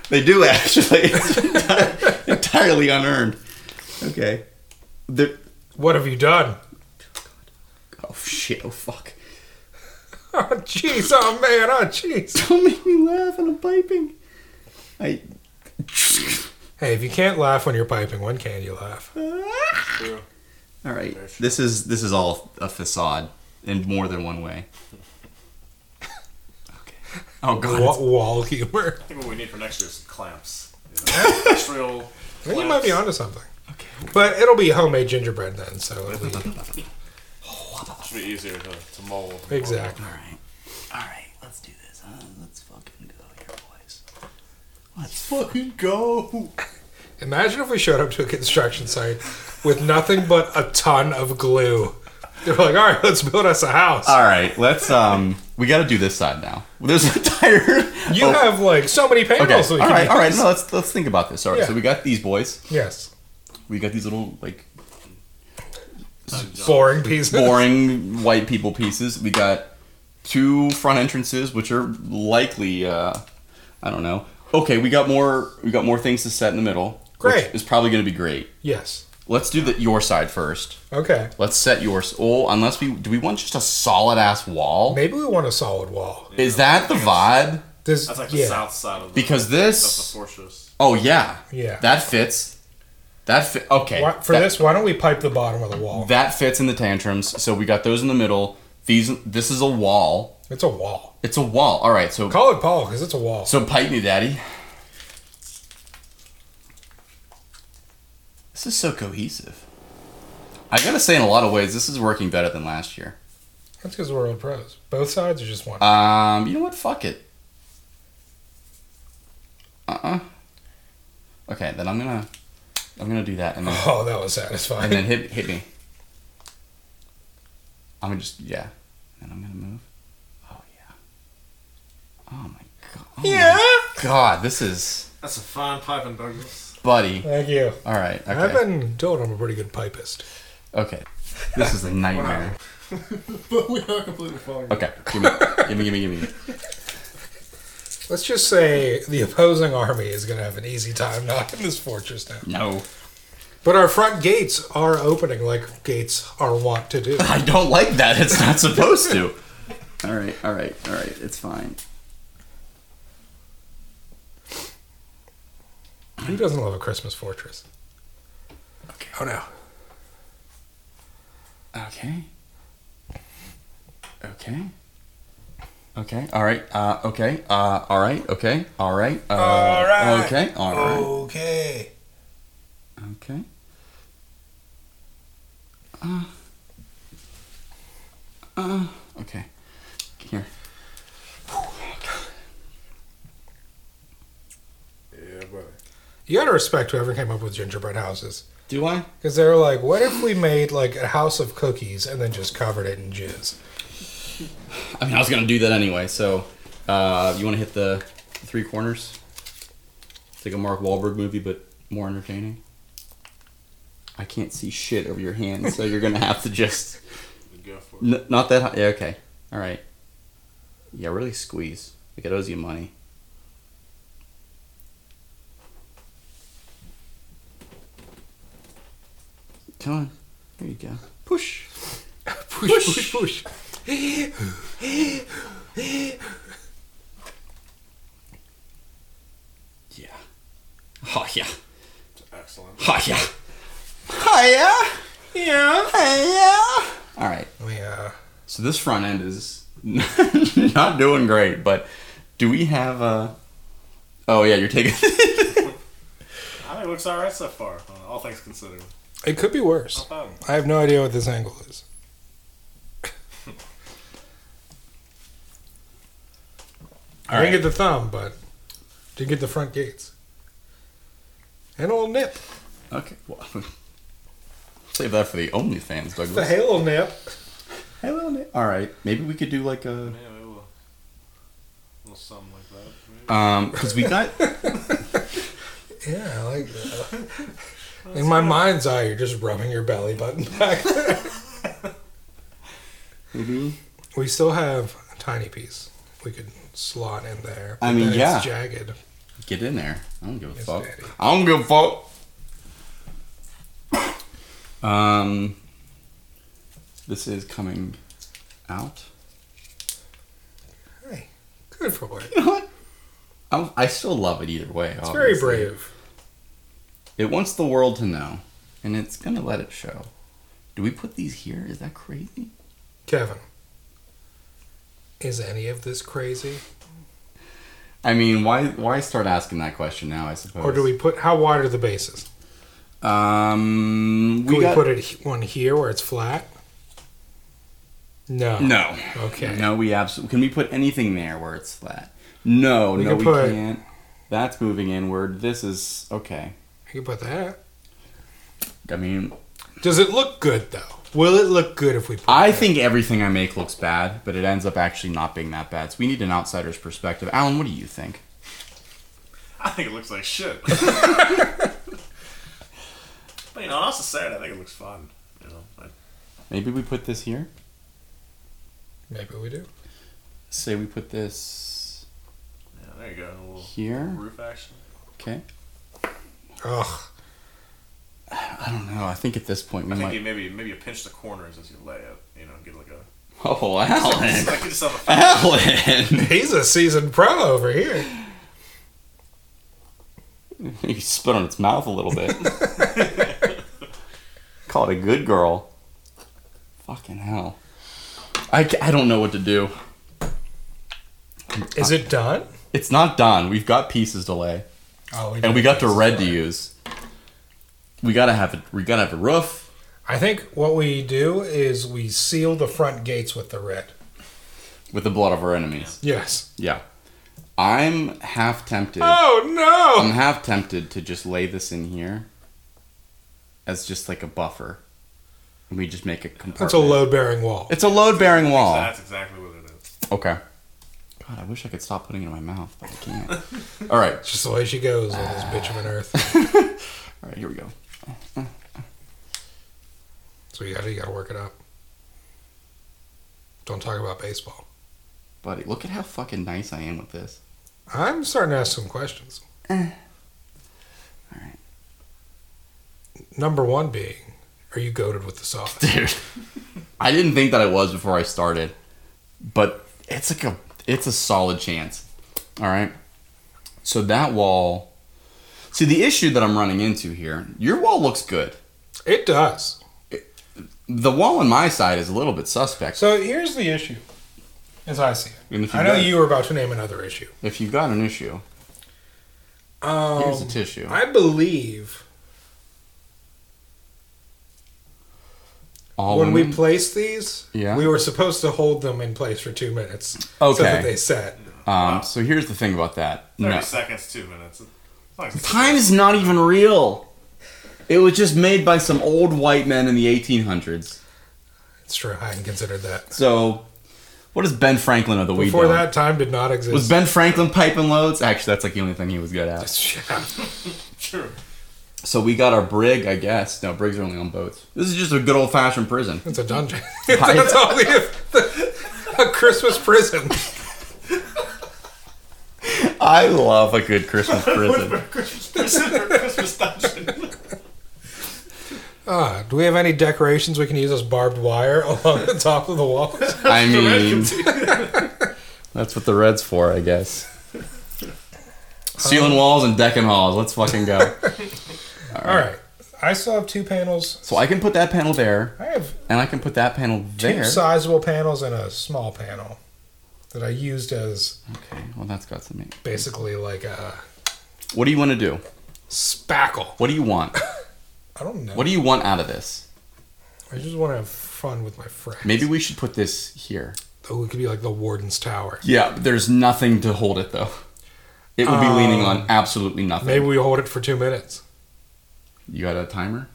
Speaker 2: They do actually. [laughs] It's enti- entirely unearned. Okay. They're,
Speaker 1: What have you done? [laughs]
Speaker 2: oh shit! Oh fuck!
Speaker 1: Oh, jeez. Oh, man. Oh, jeez.
Speaker 2: Don't make me laugh. I'm piping. I.
Speaker 1: Hey, if you can't laugh when you're piping, when can you laugh?
Speaker 3: True.
Speaker 2: All right. This is this is all a facade in more than one way. [laughs] Okay. Oh god.
Speaker 1: Wall, wall humor.
Speaker 4: I think what we need for next year is clamps. You know,
Speaker 2: [laughs]
Speaker 4: industrial
Speaker 1: I think you might be
Speaker 4: clamps.
Speaker 1: onto something. But it'll be homemade gingerbread then, so it'll
Speaker 2: [laughs]
Speaker 1: be
Speaker 4: Should
Speaker 3: Should be easier to, to mold.
Speaker 1: exactly.
Speaker 2: All right. All right. Let's do this. Huh? Let's fucking go here, boys. Let's fucking go.
Speaker 1: [laughs] Imagine if we showed up to a construction site with nothing but a ton of glue. They're like, all right, let's build us a house.
Speaker 2: All right. Let's um. We got to do this side now. There's an entire.
Speaker 1: you
Speaker 2: Oh,
Speaker 1: have like so many
Speaker 2: Okay.
Speaker 1: panels.
Speaker 2: All
Speaker 1: we can
Speaker 2: right.
Speaker 1: use.
Speaker 2: All right. No. Let's let's think about this. All right.
Speaker 1: Yeah.
Speaker 2: So we got these boys.
Speaker 1: Yes.
Speaker 2: We got these little like
Speaker 1: Boring [laughs] pieces.
Speaker 2: boring white people pieces. We got two front entrances, which are likely uh, I don't know. Okay, we got more we got more things to set in the middle.
Speaker 1: Great.
Speaker 2: It's probably gonna be great.
Speaker 1: Yes.
Speaker 2: Let's do the your side first.
Speaker 1: Okay.
Speaker 2: Let's set yours. Oh, unless we do we want just a solid ass wall?
Speaker 1: Maybe we want a solid wall.
Speaker 2: Is that the vibe?
Speaker 1: This,
Speaker 4: That's like the
Speaker 1: yeah.
Speaker 4: south side of the,
Speaker 2: Because
Speaker 4: of the
Speaker 2: this
Speaker 4: fortress.
Speaker 2: Oh yeah.
Speaker 1: Yeah.
Speaker 2: That fits. That fit okay.
Speaker 1: Why- for
Speaker 2: that-
Speaker 1: this, why don't we pipe the bottom of the wall?
Speaker 2: that fits in the tantrums. So we got those in the middle. These this is a wall.
Speaker 1: It's a wall.
Speaker 2: It's a wall. All right, so
Speaker 1: Call it Paul because it's a wall.
Speaker 2: So pipe me, daddy. This is so cohesive. I gotta say, in a lot of ways, this is working better than last year.
Speaker 1: That's because we're old pros. Both sides or just one?
Speaker 2: Um, you know what? Fuck it. Uh. uh Okay, then I'm gonna, I'm gonna do that, and then,
Speaker 1: oh, that was
Speaker 3: [laughs]
Speaker 1: satisfying.
Speaker 2: and then hit hit me. I'm gonna just yeah, and I'm gonna move. Oh yeah. Oh my god. Oh
Speaker 1: [laughs] yeah.
Speaker 2: My god, this is
Speaker 4: That's a fine piping, Douglas.
Speaker 2: buddy.
Speaker 1: Thank you.
Speaker 2: All right. Okay.
Speaker 1: I've been told I'm a pretty good pipist.
Speaker 2: Okay.
Speaker 3: [laughs]
Speaker 2: This is a nightmare.
Speaker 3: but we are completely falling.
Speaker 2: Okay. Give me, give me, give me, give me.
Speaker 1: Let's just say the opposing army is going to have an easy time knocking this fortress down.
Speaker 2: No.
Speaker 1: But our front gates are opening like gates are wont
Speaker 2: [laughs]
Speaker 1: to do.
Speaker 2: I don't like that. It's not
Speaker 3: [laughs]
Speaker 2: supposed to. All right. All right. All right. It's fine.
Speaker 1: Who doesn't love a Christmas fortress?
Speaker 2: Okay.
Speaker 1: Oh no.
Speaker 2: Okay. Okay. Okay. All right. Uh, okay. Uh, all right. Okay. All right. Uh,
Speaker 1: All right.
Speaker 2: Okay. All right.
Speaker 1: Okay.
Speaker 2: Okay. Uh, uh, okay. Here.
Speaker 3: Yeah, buddy.
Speaker 1: You got to respect whoever came up with gingerbread houses.
Speaker 2: Do I?
Speaker 1: Because they were like, what if we made like a house of cookies and then just covered it in jizz?
Speaker 2: I mean, I was gonna do that anyway. So, uh, you want to hit the three corners? It's like a Mark Wahlberg movie, but more entertaining. I can't see shit over your hand, so you're gonna have to just
Speaker 4: Go for it.
Speaker 2: n- not that. High. Yeah, okay, all right. Yeah, really squeeze. Like it owes you money. Come on, there you go. Push.
Speaker 1: [laughs] Push, push, push.
Speaker 2: Yeah. Oh yeah.
Speaker 4: Excellent.
Speaker 2: Oh yeah. Oh yeah. Yeah. Oh yeah. All right.
Speaker 1: We, uh,
Speaker 2: So this front end is [laughs] not doing great, but do we have a? Oh yeah, you're taking. [laughs]
Speaker 4: I think it looks alright so far, uh, all things considered.
Speaker 1: it could be worse.
Speaker 4: Um,
Speaker 1: I have no idea what this angle is. I
Speaker 2: All right.
Speaker 1: didn't get the thumb, but did get the front gates. And a little nip.
Speaker 2: okay. Well, [laughs] save that for the OnlyFans,
Speaker 1: The [laughs]
Speaker 2: Douglas.
Speaker 1: halo nip.
Speaker 2: Hey, little Nick. All right. Maybe we could do like a.
Speaker 4: yeah, maybe we'll, we'll something like that. Maybe.
Speaker 2: Um, because
Speaker 1: [laughs]
Speaker 2: we got.
Speaker 1: Yeah, I like that. In my mind's eye, you're just rubbing your belly button back.
Speaker 2: [laughs] Maybe. Mm-hmm.
Speaker 1: we still have a tiny piece. we could slot in there.
Speaker 2: I mean,
Speaker 1: Then it's
Speaker 2: yeah.
Speaker 1: jagged.
Speaker 2: Get in there. I don't give a
Speaker 1: Yes,
Speaker 2: fuck.
Speaker 1: Daddy.
Speaker 2: I don't give a fuck. Um, this is coming out.
Speaker 1: Hey, good for it.
Speaker 2: You know what? I'm, I still love it either way.
Speaker 1: It's very brave.
Speaker 2: It wants the world to know, and it's gonna let it show. Do we put these here? Is that crazy?
Speaker 1: Kevin, is any of this crazy?
Speaker 2: I mean, why why start asking that question now? I suppose.
Speaker 1: Or do we put, how wide are the bases?
Speaker 2: Um,
Speaker 1: Can we,
Speaker 2: got-
Speaker 1: put it he- one here where it's flat? No.
Speaker 2: No.
Speaker 1: Okay.
Speaker 2: No, we absolutely can. We put anything there where it's flat. No,
Speaker 1: We
Speaker 2: no,
Speaker 1: can
Speaker 2: we
Speaker 1: put-
Speaker 2: can't. That's moving inward. This is okay.
Speaker 1: You can put that.
Speaker 2: I mean,
Speaker 1: Does it look good though? Will it look good if we put
Speaker 2: I
Speaker 1: it?
Speaker 2: think everything I make looks bad, but it ends up actually not being that bad. So we need an outsider's perspective. Alan, what do you think?
Speaker 4: I think it looks like [laughs] shit. but you know, on also Saturday, I think it looks fun. You know, I,
Speaker 2: Maybe we put this here.
Speaker 1: Maybe we do.
Speaker 2: Say we put this
Speaker 4: yeah, there you go. A little
Speaker 2: here.
Speaker 4: roof action.
Speaker 2: Okay.
Speaker 1: Ugh.
Speaker 2: I don't know. I think at this point we
Speaker 4: I think
Speaker 2: might.
Speaker 4: you maybe maybe you pinch the corners as you lay it. You know, get like a
Speaker 2: [laughs]
Speaker 4: [laughs]
Speaker 2: Oh, Alan!
Speaker 4: like you just have a
Speaker 2: Alan! [laughs]
Speaker 1: He's a seasoned pro over here.
Speaker 2: you spit on its mouth a
Speaker 4: [laughs]
Speaker 2: little bit. Call it a good girl. Fucking hell. I, ca- I don't know what to do.
Speaker 1: Is it done?
Speaker 2: It's not done. We've got pieces to lay,
Speaker 1: Oh,
Speaker 2: and
Speaker 1: did.
Speaker 2: we got the red to use. We gotta have a we gotta have a roof.
Speaker 1: I think what we do is we seal the front gates with the red.
Speaker 2: with the blood of our enemies.
Speaker 1: Yes.
Speaker 2: Yeah. I'm half tempted.
Speaker 1: Oh
Speaker 2: I'm half tempted to just lay this in here as just like a buffer. And we just make a compartment.
Speaker 1: That's a load bearing wall.
Speaker 2: It's a load-bearing wall.
Speaker 4: That's exactly what it is.
Speaker 2: Okay. God, I wish I could stop putting it in my mouth, but I can't. All right.
Speaker 1: It's just the way she goes on this bitch of an earth.
Speaker 2: All right, here we go.
Speaker 1: So you gotta you gotta work it up. Don't talk about baseball.
Speaker 2: Buddy, look at how fucking nice I am with this.
Speaker 1: I'm starting to ask some questions.
Speaker 2: Alright.
Speaker 1: Number one being, are you goaded with the sauce?
Speaker 2: Dude. I didn't think that I was before I started, but it's like a it's a solid chance. All right. So that wall See the issue that I'm running into here. Your wall looks good.
Speaker 1: It does.
Speaker 2: The wall on my side is a little bit suspect.
Speaker 1: So here's the issue, as I see it.
Speaker 2: And if
Speaker 1: I know
Speaker 2: got,
Speaker 1: you were about to name another issue.
Speaker 2: if you've got an issue,
Speaker 1: Um,
Speaker 2: here's a tissue.
Speaker 1: I believe
Speaker 2: All
Speaker 1: when we
Speaker 2: women-
Speaker 1: placed these,
Speaker 2: Yeah.
Speaker 1: we were supposed to hold them in place for two minutes so
Speaker 2: Okay.
Speaker 1: that they set.
Speaker 2: um, so here's the thing about that.
Speaker 4: Thirty
Speaker 2: No.
Speaker 4: seconds, two minutes. As long as it's-
Speaker 2: Time is not even real. It was just made by some old white men in the 1800s.
Speaker 1: It's true. I hadn't considered that.
Speaker 2: So, what is Ben Franklin of the weed?
Speaker 1: Before
Speaker 2: doing?
Speaker 1: that, time did not exist.
Speaker 2: was Ben Franklin piping loads? Actually, that's like the only thing he was good at.
Speaker 1: [laughs] Yeah.
Speaker 4: True.
Speaker 2: So we got our brig, I guess. No, brigs are only on boats. This is just a good old
Speaker 1: [laughs]
Speaker 2: fashioned prison.
Speaker 1: It's a dungeon. [laughs] That's all we have. A Christmas prison.
Speaker 2: I love a good [laughs] Christmas prison.
Speaker 4: [laughs]
Speaker 2: [laughs]
Speaker 4: Christmas dungeon.
Speaker 1: Ah, do we have any decorations we can use as barbed wire [laughs] along the top of the wall?
Speaker 2: I mean, [laughs] that's what the red's for, I guess. Ceiling walls and decking halls. Let's fucking go.
Speaker 1: All right. I still have two panels.
Speaker 2: So I can put that panel there,
Speaker 1: I have
Speaker 2: and I can put that panel
Speaker 1: two
Speaker 2: there.
Speaker 1: sizable panels and a small panel that I used as
Speaker 2: Okay, well that's got some.
Speaker 1: basically like a
Speaker 2: What do you want to do?
Speaker 1: spackle.
Speaker 2: What do you want?
Speaker 1: I don't know.
Speaker 2: What do you want out of this?
Speaker 1: I just want to have fun with my friends.
Speaker 2: Maybe we should put this here.
Speaker 1: oh, it could be like the warden's tower.
Speaker 2: Yeah, but there's nothing to hold it though. It would be leaning on absolutely nothing.
Speaker 1: Maybe we hold it for two minutes.
Speaker 2: you got a timer?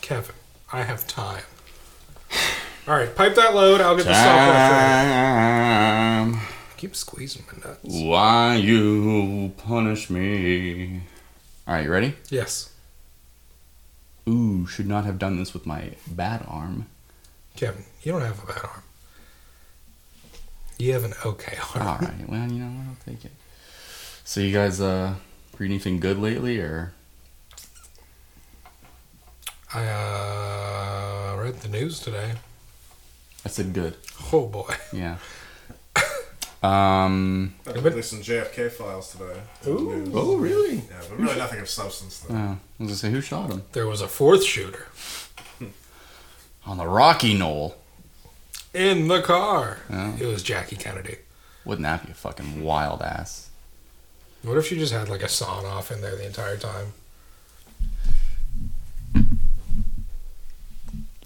Speaker 1: Kevin, I have time. [sighs] All right, pipe that load. I'll get the stopwatch. ready.
Speaker 2: Time,
Speaker 1: Keep squeezing my nuts.
Speaker 2: why you punish me? All right, you ready?
Speaker 1: Yes,
Speaker 2: Ooh, should not have done this with my bad arm.
Speaker 1: Kevin, you don't have a bad arm. You have an okay heart.
Speaker 2: All right. Well, you know what? I'll take it. So you guys uh read anything good lately, or
Speaker 1: I uh, read the news today.
Speaker 2: I said good?
Speaker 1: Oh boy.
Speaker 2: Yeah. Um.
Speaker 3: I've
Speaker 1: But-
Speaker 3: been some JFK files today. News.
Speaker 2: Oh, really?
Speaker 3: Yeah, but really nothing of substance
Speaker 2: [laughs]
Speaker 3: though.
Speaker 2: Oh, I was gonna say who shot him
Speaker 1: There was a fourth shooter
Speaker 2: on the Rocky Knoll.
Speaker 1: in the car.
Speaker 2: Oh.
Speaker 1: It was Jackie Kennedy.
Speaker 2: Wouldn't that be a fucking wild ass?
Speaker 1: What if she just had like a sawn off in there the entire time?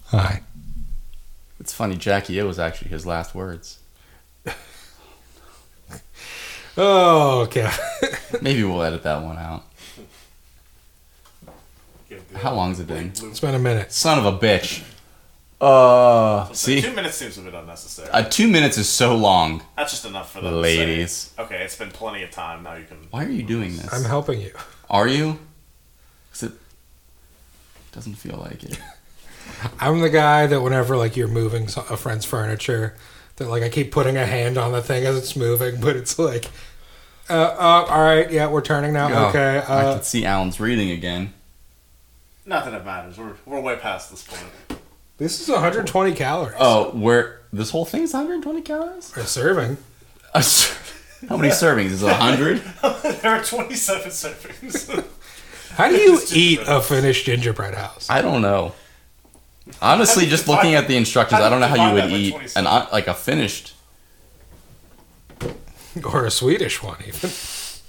Speaker 1: Hi.
Speaker 2: It's funny. Jackie O was actually his last words.
Speaker 1: Oh, okay.
Speaker 2: Maybe we'll edit that one out.
Speaker 4: Get it.
Speaker 2: How long's it been?
Speaker 1: it's been a minute.
Speaker 2: Son of a bitch. Uh. See,
Speaker 4: Two minutes seems a bit unnecessary.
Speaker 2: uh, two minutes is so long.
Speaker 4: That's just enough for them. to say,
Speaker 2: Ladies.
Speaker 4: Okay, it's been plenty of time. Now you can.
Speaker 2: Why are you doing this?
Speaker 1: I'm helping you.
Speaker 2: Are you? 'Cause it doesn't feel like it.
Speaker 1: I'm the guy that whenever like you're moving so- a friend's furniture, that like I keep putting a hand on the thing as it's moving, [laughs] but it's like, uh, uh all right, yeah, we're turning now.
Speaker 2: Oh,
Speaker 1: okay,
Speaker 2: I
Speaker 1: uh,
Speaker 2: can see Alan's reading again.
Speaker 4: Not that it matters. We're, we're way past this point. [laughs]
Speaker 1: this is 120 calories
Speaker 2: Oh, where this whole thing's 120 calories? [laughs]
Speaker 1: per serving.
Speaker 2: A ser- How many servings? Is it 100?
Speaker 4: there are 27 servings. [laughs]
Speaker 1: How do you
Speaker 4: It's
Speaker 1: eat
Speaker 4: gingerbread.
Speaker 1: a finished gingerbread
Speaker 2: [laughs]
Speaker 1: house?
Speaker 2: I don't know. Honestly,
Speaker 4: How do you
Speaker 2: just
Speaker 4: divide-
Speaker 2: looking at the instructions,
Speaker 4: how do
Speaker 2: I don't know
Speaker 4: you
Speaker 2: how you
Speaker 4: divide
Speaker 2: would
Speaker 4: that by
Speaker 2: eat
Speaker 4: 26?
Speaker 2: an on- like a finished
Speaker 1: or a Swedish one even.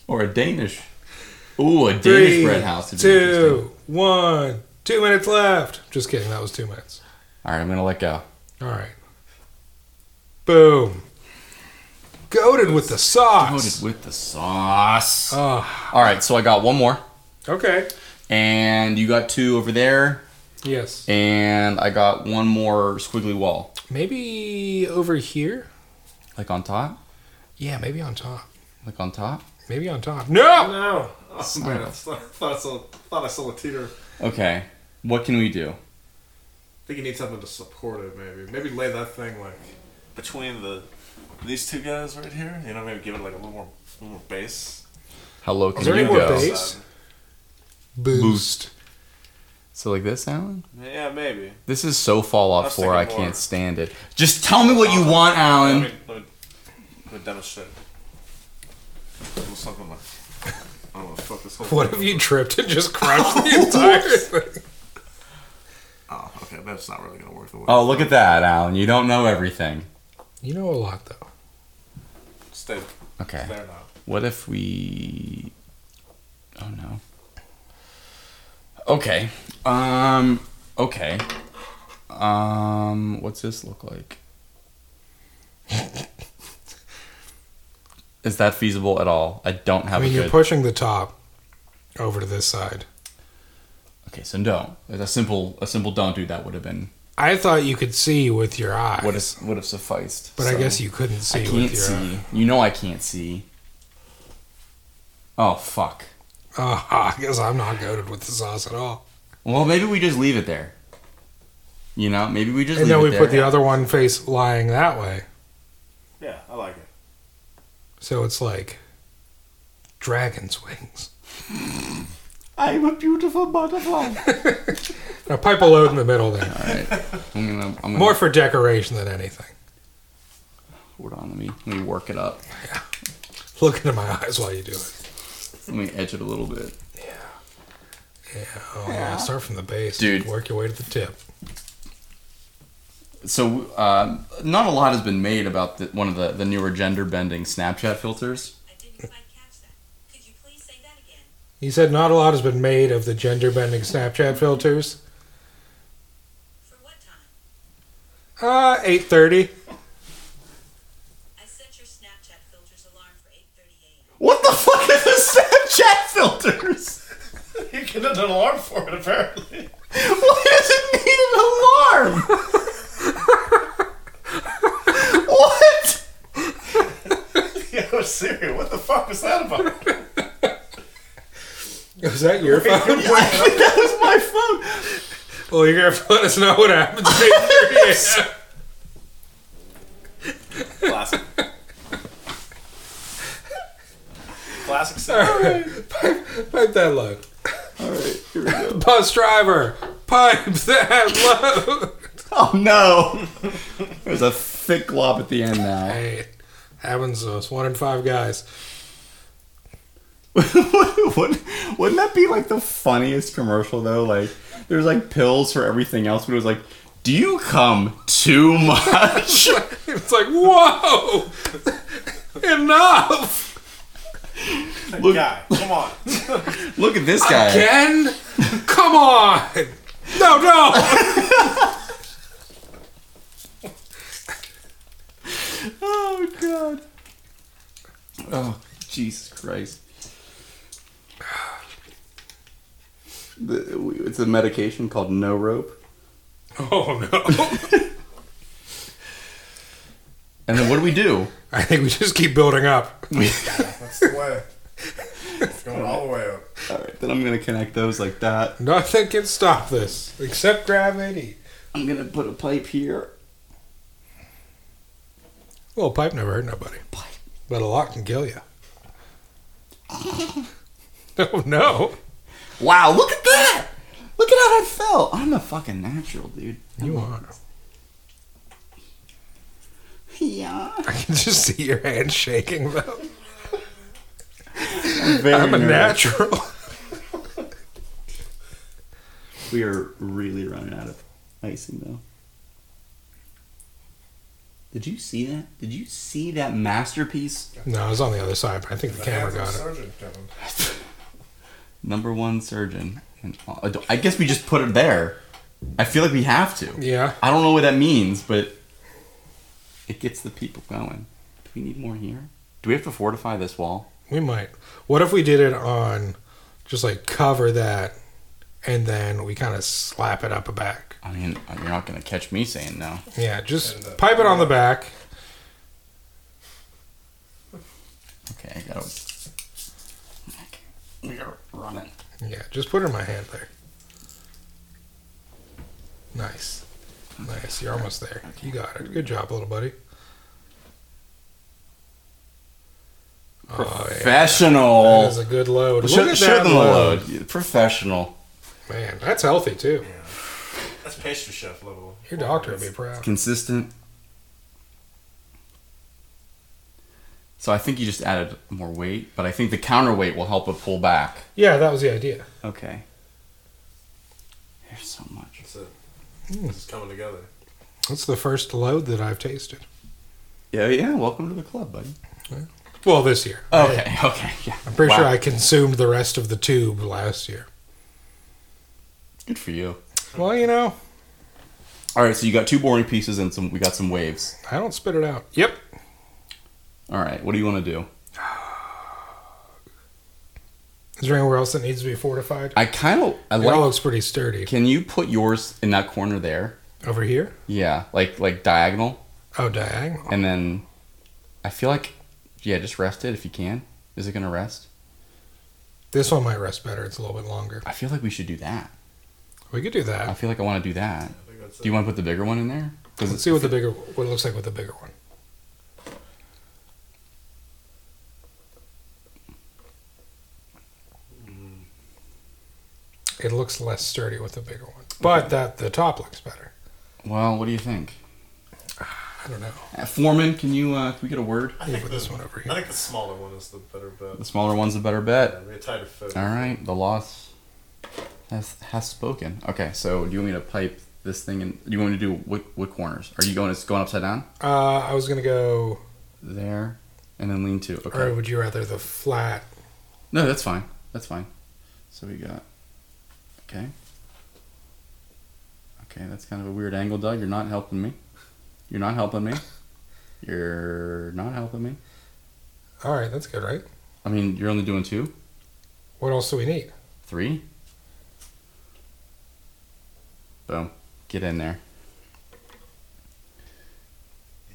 Speaker 2: or a Danish. Ooh, a Danish
Speaker 1: Three,
Speaker 2: bread house. would be interesting.
Speaker 1: two, one, two minutes left. Just kidding. That was two minutes.
Speaker 2: All right, I'm gonna let go.
Speaker 1: All right. Boom. Goaded with the
Speaker 2: Coated
Speaker 1: sauce.
Speaker 2: with the sauce.
Speaker 1: Ah,
Speaker 2: All right, so I got one more,
Speaker 1: okay.
Speaker 2: and you got two over there,
Speaker 1: Yes.
Speaker 2: and I got one more squiggly wall,
Speaker 1: Maybe over here.
Speaker 2: like on top,
Speaker 1: Yeah, maybe on top.
Speaker 2: like
Speaker 1: [laughs]
Speaker 2: on top.
Speaker 1: Maybe on top. No.
Speaker 3: No. Oh
Speaker 2: Son
Speaker 3: man,
Speaker 2: of
Speaker 3: I thought, thought I saw, thought I saw a teeter. I
Speaker 2: Okay, what can we do?
Speaker 3: think you need something to support it, maybe. Maybe lay that thing like.
Speaker 4: Between the these two guys right here, you know, maybe give it like a little more, a little more bass.
Speaker 2: How low can
Speaker 1: there
Speaker 2: you
Speaker 1: any more
Speaker 2: go?
Speaker 1: base? Boost.
Speaker 2: Boost. So like this, Alan.
Speaker 4: Um, Yeah, maybe.
Speaker 2: This is so
Speaker 4: I
Speaker 2: Fallout
Speaker 4: was
Speaker 2: 4. I
Speaker 4: thinking more.
Speaker 2: can't stand it. Just tell me what you want,
Speaker 4: Let
Speaker 2: Alan.
Speaker 4: me, let me, let me demonstrate. A little something like.
Speaker 3: I don't know, fuck this whole
Speaker 1: What
Speaker 3: thing.
Speaker 1: if you tripped and just crushed the entire thing?
Speaker 3: Oh, okay, that's not really gonna work the way.
Speaker 2: Oh, look at that, Alan. You don't know everything.
Speaker 1: You know a lot though.
Speaker 4: Stay
Speaker 2: Okay.
Speaker 4: there now.
Speaker 2: What if we? Oh no. Okay. Um. Okay. Um. What's this look like? [laughs] Is that feasible at all? I don't
Speaker 1: I
Speaker 2: have
Speaker 1: mean,
Speaker 2: a
Speaker 1: you're
Speaker 2: good.
Speaker 1: pushing the top over to this side.
Speaker 2: okay, so don't. A simple, a simple don't do that would have been
Speaker 1: I thought you could see with your eyes.
Speaker 2: would have would have sufficed.
Speaker 1: But I
Speaker 2: so-
Speaker 1: guess you couldn't see
Speaker 2: I can't
Speaker 1: with your uh,
Speaker 2: see. You know I can't see. Oh fuck.
Speaker 1: Oh, [laughs] I guess I'm not goaded with the sauce at all.
Speaker 2: Well, maybe we just leave it there. You know, maybe we just
Speaker 1: And
Speaker 2: leave
Speaker 1: then
Speaker 2: it
Speaker 1: we
Speaker 2: there.
Speaker 1: put the other one face lying that way.
Speaker 4: Yeah, I like it.
Speaker 1: So it's like dragon's wings.
Speaker 2: [laughs] I'm a beautiful butterfly.
Speaker 1: [laughs] Now pipe a load in the middle there.
Speaker 2: [laughs] All right. I'm gonna. I'm gonna
Speaker 1: More for decoration than anything.
Speaker 2: hold on. Let me. Let me work it up.
Speaker 1: Look into my eyes while you do it.
Speaker 2: Let me edge it a little bit.
Speaker 1: Yeah. Oh, man. Start from the base.
Speaker 2: Dude.
Speaker 1: Work your way to the tip.
Speaker 2: So, uh, not a lot has been made about the, one of the, the newer gender bending Snapchat filters.
Speaker 5: I didn't quite catch that. Could you please say that again?
Speaker 1: He said not a lot has been made of the gender bending Snapchat filters.
Speaker 5: For what
Speaker 1: Uh,
Speaker 5: time?
Speaker 1: 8.30.
Speaker 5: I set your Snapchat filters alarm for 8:30 a.m.
Speaker 2: What the fuck are the Snapchat filters?
Speaker 4: [laughs] You can have an alarm for it, apparently. [laughs]
Speaker 2: Why does it need an alarm? what?
Speaker 4: Yo, Siri, what the fuck was that about?
Speaker 1: Was that your phone?
Speaker 2: that was my phone.
Speaker 1: [laughs] well, you're going to have to let us know what happens at 8.30
Speaker 4: Classic. classic
Speaker 1: All
Speaker 4: song.
Speaker 1: right. Pipe, [laughs] pipe that low.
Speaker 2: All right, here we go.
Speaker 1: Bus driver, pipe that low.
Speaker 2: Oh no! There's a thick glob at the end now.
Speaker 1: hey, it happens to us. One in five guys. [laughs]
Speaker 2: [laughs] wouldn't, wouldn't that be like the funniest commercial though? Like, there's like pills for everything else, but it was like, do you come too much? [laughs]
Speaker 1: It's like, whoa! Enough!
Speaker 2: Look-
Speaker 4: Guy, come on.
Speaker 2: Look at this guy.
Speaker 1: Ken? Come on! No, no! [laughs]
Speaker 2: Oh god. Oh Jesus Christ. The- we- It's a medication called No Rope.
Speaker 1: Oh, no.
Speaker 2: [laughs] And then what do we do?
Speaker 1: I think we just keep building up.
Speaker 2: We,
Speaker 3: That's the way. It's going all the way up.
Speaker 2: all right, then I'm gonna connect those like that.
Speaker 1: Nothing can stop this except gravity.
Speaker 2: I'm gonna put a pipe here.
Speaker 1: Well, pipe never hurt nobody. But a lot can kill you. [laughs] oh, no.
Speaker 2: Wow, look at that! Look at how that fell. I'm a fucking natural, dude.
Speaker 1: You are.
Speaker 2: Yeah.
Speaker 1: I can just see your hand shaking, though.
Speaker 2: Very
Speaker 1: I'm a
Speaker 2: nervous.
Speaker 1: natural. [laughs]
Speaker 2: We are really running out of icing though. Did you see that? Did you see that masterpiece?
Speaker 1: No, I was on the other side, but I think the camera got it.
Speaker 3: surgeon, Kevin.
Speaker 2: Number one surgeon. And I guess we just put it there. I feel like we have to.
Speaker 1: Yeah.
Speaker 2: I don't know what that means, but it gets the people going. Do we need more here? Do we have to fortify this wall?
Speaker 1: We might. What if we did it on just like cover that and then we kind of slap it up a back?
Speaker 2: I mean, you're not gonna catch me saying no.
Speaker 1: Yeah, just
Speaker 3: And, uh,
Speaker 1: pipe it on the back.
Speaker 2: Okay, I gotta. We gotta run it.
Speaker 1: Yeah, just put it in my hand there. Nice. Nice. You're almost there. You got it. Good job, little buddy. Oh, yeah.
Speaker 2: Professional.
Speaker 1: That is a good load. Look
Speaker 2: Show,
Speaker 1: at
Speaker 2: show
Speaker 1: that
Speaker 2: them the load. Professional.
Speaker 1: Man, that's healthy too.
Speaker 4: That's pastry chef level.
Speaker 1: Your doctor would be proud.
Speaker 2: Consistent. So I think you just added more weight, but I think the counterweight will help it pull back.
Speaker 1: Yeah, that was the idea.
Speaker 2: Okay. There's so much.
Speaker 3: That's it. This is coming together.
Speaker 1: That's the first load that I've tasted.
Speaker 2: Yeah, yeah. Welcome to the club, buddy.
Speaker 1: Well, this year.
Speaker 2: Oh, Okay, [laughs] okay, yeah.
Speaker 1: I'm pretty
Speaker 2: Wow.
Speaker 1: sure I consumed the rest of the tube last year.
Speaker 2: Good for you.
Speaker 1: Well, you know,
Speaker 2: All right, so you got two boring pieces and some. We got some waves.
Speaker 1: I don't spit it out. Yep.
Speaker 2: All right, what do you want to do?
Speaker 1: Is there anywhere else that needs to be fortified?
Speaker 2: I kind of. I
Speaker 1: It all
Speaker 2: like.
Speaker 1: looks pretty sturdy.
Speaker 2: Can you put yours in that corner there?
Speaker 1: Over here?
Speaker 2: Yeah, like like diagonal.
Speaker 1: Oh, diagonal.
Speaker 2: And then I feel like, yeah, just rest it if you can. Is it going to rest?
Speaker 1: This one might rest better. It's a little bit longer.
Speaker 2: I feel like we should do that.
Speaker 1: We could do
Speaker 2: I
Speaker 1: that.
Speaker 2: feel like I want to do that.
Speaker 3: I think that's
Speaker 2: Do you want to put the bigger one in there?
Speaker 1: Let's
Speaker 2: Because
Speaker 1: see what the bigger what it looks like with the bigger one. It looks less sturdy with the bigger one, but that the top looks better.
Speaker 2: well, what do you think?
Speaker 1: I don't know.
Speaker 2: Uh, Foreman, can you uh, can we get a word?
Speaker 3: I
Speaker 1: We'll
Speaker 3: think
Speaker 1: put
Speaker 3: the-
Speaker 1: this one over
Speaker 3: I
Speaker 1: here.
Speaker 3: think the smaller one is the better bet.
Speaker 2: The smaller one's the better bet.
Speaker 3: Yeah, we tied a fit.
Speaker 2: All right, the loss has has spoken. Okay, so do you want me to pipe this thing in? Do you want me to do what what corners? Are you going? It's going upside down
Speaker 1: Uh, I was gonna go.
Speaker 2: there, and then lean two. Okay.
Speaker 1: Or would you rather the flat?
Speaker 2: No, that's fine. That's fine. So we got. Okay. Okay, that's kind of a weird angle, Doug. You're not helping me. You're not helping [laughs] me. You're not helping me.
Speaker 1: All right, that's good, right?
Speaker 2: I mean, you're only doing two,
Speaker 1: What else do we need?
Speaker 2: three. Boom. Get in there.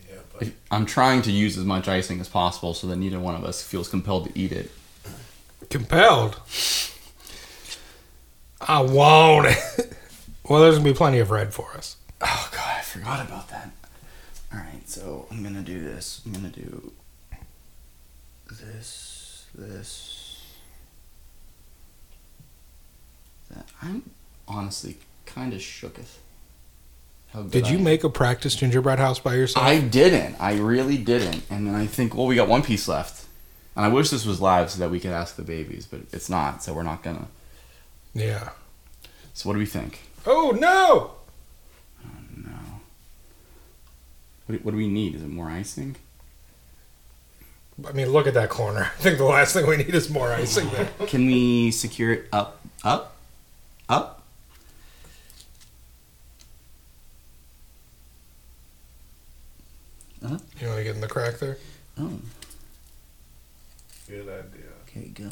Speaker 3: Yeah, but
Speaker 2: If- I'm trying to use as much icing as possible so that neither one of us feels compelled to eat it.
Speaker 1: Compelled. I want it. [laughs] well, there's gonna be plenty of red for us.
Speaker 2: Oh, God, I forgot about that. All right, so I'm going to do this. I'm going to do this. this. That I'm honestly kind of shooketh. How good
Speaker 1: Did
Speaker 2: I
Speaker 1: you
Speaker 2: am.
Speaker 1: make a practice gingerbread house by yourself?
Speaker 2: I didn't. I really didn't. And then I think, well, we got one piece left. And I wish this was live so that we could ask the babies, but it's not, so we're not gonna.
Speaker 1: yeah.
Speaker 2: So what do we think?
Speaker 1: Oh no!
Speaker 2: No. What do, what do we need? Is it more icing?
Speaker 1: I mean, look at that corner. I think the last thing we need is more icing there.
Speaker 2: Can we secure it up, up, up?
Speaker 1: You want to get in the crack there?
Speaker 2: Oh,
Speaker 3: Good idea.
Speaker 2: okay, go.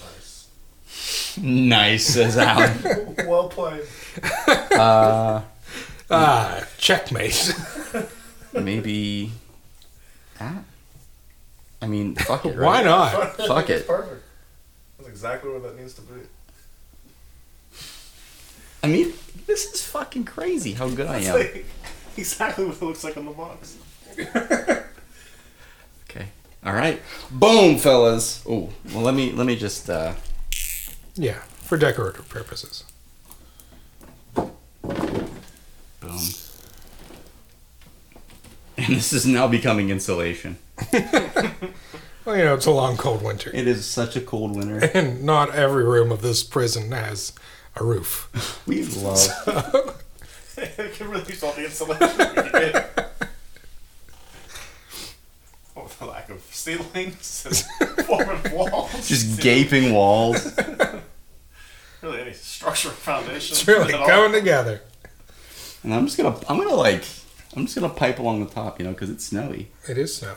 Speaker 3: Nice.
Speaker 2: Nice, says Alan.
Speaker 4: [laughs] well played.
Speaker 2: uh,
Speaker 1: Ah, checkmate. [laughs]
Speaker 2: maybe that. I mean, fuck [laughs] it.
Speaker 1: Why
Speaker 2: right?
Speaker 1: not?
Speaker 2: Fuck it.
Speaker 3: That's perfect. That's exactly where that needs to be.
Speaker 2: I mean, this is fucking crazy. How good I
Speaker 4: It's
Speaker 2: am.
Speaker 4: like [laughs] exactly what it looks like on the box.
Speaker 2: [laughs]
Speaker 4: [laughs]
Speaker 2: Okay. All right. Boom, fellas. Oh, well, let me let me just. uh
Speaker 1: Yeah, for decorative purposes.
Speaker 2: Boom. [laughs] And this is now becoming insulation.
Speaker 1: Well, you know, it's a long, cold winter.
Speaker 2: It is such a cold [laughs] winter.
Speaker 1: And not every room of this prison has a
Speaker 2: [laughs]
Speaker 1: roof.
Speaker 2: We love.
Speaker 4: it can release all the insulation we get. [laughs] Oh, the lack of ceilings,
Speaker 2: [laughs]
Speaker 4: and form of walls,
Speaker 2: [laughs] Just gaping walls. [laughs]
Speaker 4: Really, any structural foundation.
Speaker 1: It's really
Speaker 4: at all.
Speaker 1: coming together.
Speaker 2: And I'm just gonna I'm gonna like I'm just gonna pipe along the top, you know, because it's snowy.
Speaker 1: It is snowy.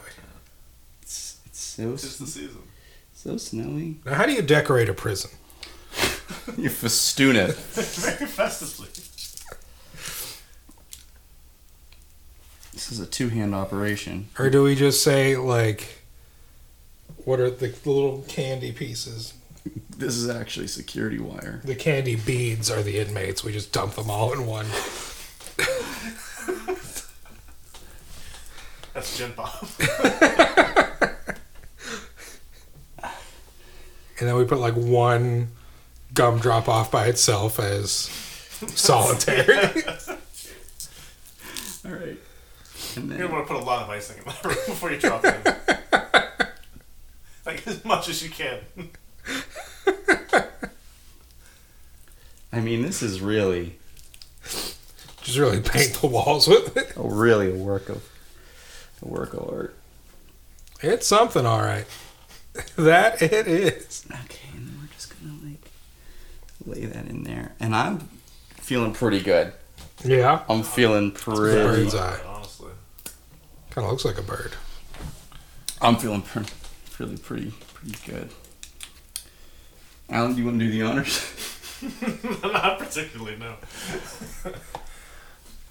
Speaker 2: It's it's so
Speaker 3: It's the
Speaker 4: [laughs]
Speaker 3: season.
Speaker 2: so [laughs] snowy.
Speaker 1: Now, how do you decorate a prison?
Speaker 2: You festoon it.
Speaker 4: Very festively.
Speaker 2: This is a two hand operation.
Speaker 1: Or do we just say, like, what are the little candy pieces?
Speaker 2: This is actually security wire.
Speaker 1: The candy beads are the inmates. We just dump them all in one.
Speaker 4: That's Gen Pop. [laughs]
Speaker 1: And then we put, like, one gumdrop off by itself as
Speaker 2: [laughs]
Speaker 1: solitary.
Speaker 2: All right. And
Speaker 4: You're
Speaker 2: then
Speaker 4: gonna want to put a lot of icing in that room [laughs] before you drop it. in. like as much as you can.
Speaker 2: I mean this is really
Speaker 1: just really paint the walls with it.
Speaker 2: a Oh, really a work of a work of art.
Speaker 1: It's something, all right. [laughs] That it is.
Speaker 2: Okay, and then we're just gonna like lay that in there. And I'm feeling pretty good.
Speaker 1: Yeah.
Speaker 2: I'm feeling pretty
Speaker 1: Bird's eye.
Speaker 3: Honestly.
Speaker 1: Kind of looks like a bird.
Speaker 2: I'm feeling pretty, really pretty, pretty good. Alan, do you want to do the honors?
Speaker 4: [laughs]
Speaker 2: [laughs]
Speaker 4: Not particularly, no. [laughs]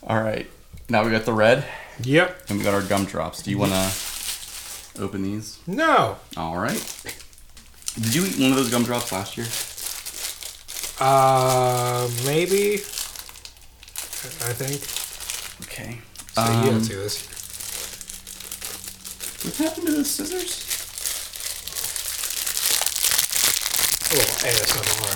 Speaker 2: All right. Now we got the red,
Speaker 1: Yep.
Speaker 2: and we got our gumdrops. Do you want to open these?
Speaker 1: No.
Speaker 2: All right. Did you eat one of those gumdrops last year?
Speaker 1: Uh, maybe. I think.
Speaker 2: Okay.
Speaker 1: So you
Speaker 2: Um,
Speaker 1: don't see this.
Speaker 2: what happened to the scissors?
Speaker 1: A little ASMR.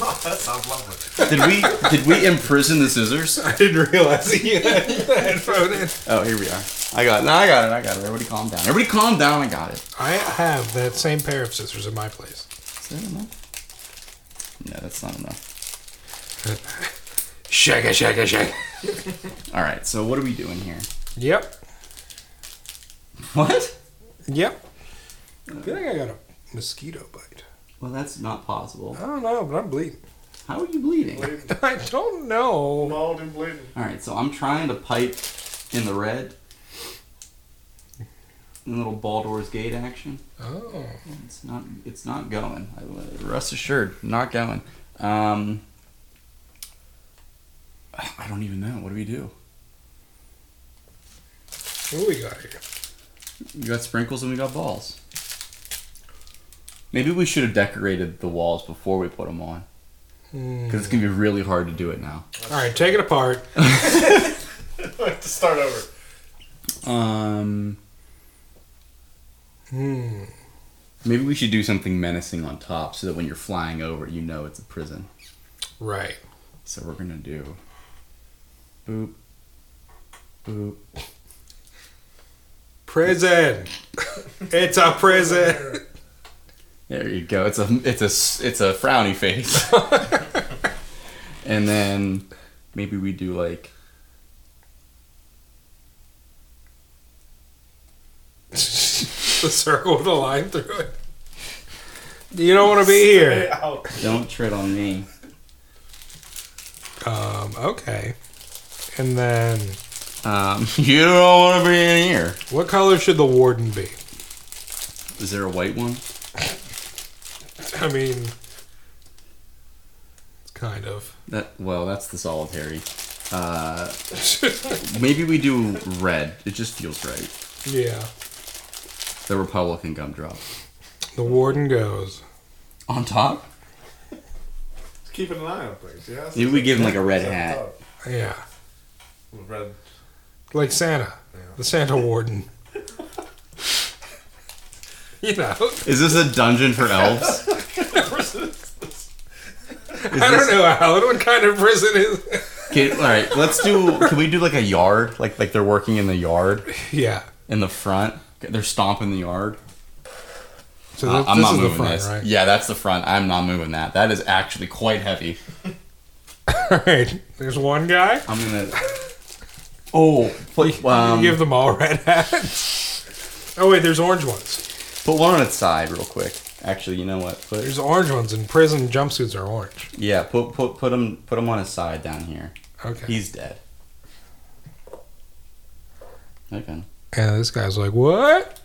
Speaker 4: Oh, that sounds lovely.
Speaker 2: Did we did we imprison the [laughs] scissors?
Speaker 1: I didn't realize that
Speaker 2: [laughs]
Speaker 1: you had the [laughs] headphone in.
Speaker 2: Oh, here we are. I got it. No, I got it. I got it. Everybody calm down. Everybody calm down. I got it.
Speaker 1: I have that same pair of scissors in my place.
Speaker 2: Is that enough? No, that's not enough.
Speaker 1: Shake it, shake it, shake. it.
Speaker 2: All right. So what are we doing here?
Speaker 1: Yep.
Speaker 2: What?
Speaker 1: Yep. Good thing I got a mosquito bite.
Speaker 2: Well, that's not possible.
Speaker 1: I don't know, but I'm bleeding. [laughs]
Speaker 2: How are you bleeding?
Speaker 1: I don't know.
Speaker 4: Mauled and bleeding. [laughs]
Speaker 2: All right, so I'm trying to pipe in the red. A little Baldur's Gate action.
Speaker 1: Oh.
Speaker 2: It's not. It's not going. I, rest assured, not going. Um, I don't even know. What do we do?
Speaker 1: What do we got here?
Speaker 2: We got sprinkles and we got balls. Maybe we should have decorated the walls before we put them on,
Speaker 1: Hmm.
Speaker 2: because it's gonna be really hard to do it now.
Speaker 1: All right, take it apart.
Speaker 4: Like to start over.
Speaker 2: Um, Maybe we should do something menacing on top so that when you're flying over, you know it's a prison.
Speaker 1: Right.
Speaker 2: So we're gonna do. Boop. Boop.
Speaker 1: Prison. [laughs] it's a prison. [laughs]
Speaker 2: There you go. It's a it's a s- it's a frowny face. [laughs] and then maybe we do like
Speaker 1: the circle with a line through it. You don't want to be here.
Speaker 4: Out.
Speaker 2: don't tread on me.
Speaker 1: Um, okay. And then,
Speaker 2: Um, [laughs] you don't want to be in here.
Speaker 1: what color should the warden be? [laughs]
Speaker 2: Is there a white one?
Speaker 1: I mean, it's kind of.
Speaker 2: That well, that's the solitary. Uh, [laughs] maybe we do red. It just feels right.
Speaker 1: yeah.
Speaker 2: The Republican gumdrop
Speaker 1: The warden goes.
Speaker 2: on top.
Speaker 4: Just keeping an eye on things. Yeah.
Speaker 2: Maybe we give him like a red
Speaker 4: Set it
Speaker 2: hat.
Speaker 4: up.
Speaker 1: Yeah.
Speaker 4: With Red.
Speaker 1: Like Santa. The Santa
Speaker 2: [laughs]
Speaker 1: warden. you know?
Speaker 2: Is this a dungeon for elves?
Speaker 1: [laughs]
Speaker 4: [laughs]
Speaker 1: I don't know, Alan. What kind of prison is.
Speaker 2: Okay, all right, let's do. Can we do like a yard? Like like they're working in the yard
Speaker 1: [laughs] yeah.
Speaker 2: in the front. They're stomping the yard.
Speaker 1: So
Speaker 2: Uh,
Speaker 1: thi-
Speaker 2: I'm
Speaker 1: this
Speaker 2: not
Speaker 1: is
Speaker 2: moving
Speaker 1: the front,
Speaker 2: this.
Speaker 1: right?
Speaker 2: Yeah, that's the front. I'm not moving that. That is actually quite heavy.
Speaker 1: All right. [laughs] There's one guy.
Speaker 2: I'm gonna. Oh, put, um,
Speaker 1: Give them all red hats. [laughs] Oh wait, there's orange ones.
Speaker 2: put one on its side real quick. Actually, you know what? Put
Speaker 1: There's orange ones, and prison jumpsuits are orange.
Speaker 2: Yeah, put put put him put him on his side down here.
Speaker 1: Okay.
Speaker 2: He's dead. Okay.
Speaker 1: and this guy's like, "What?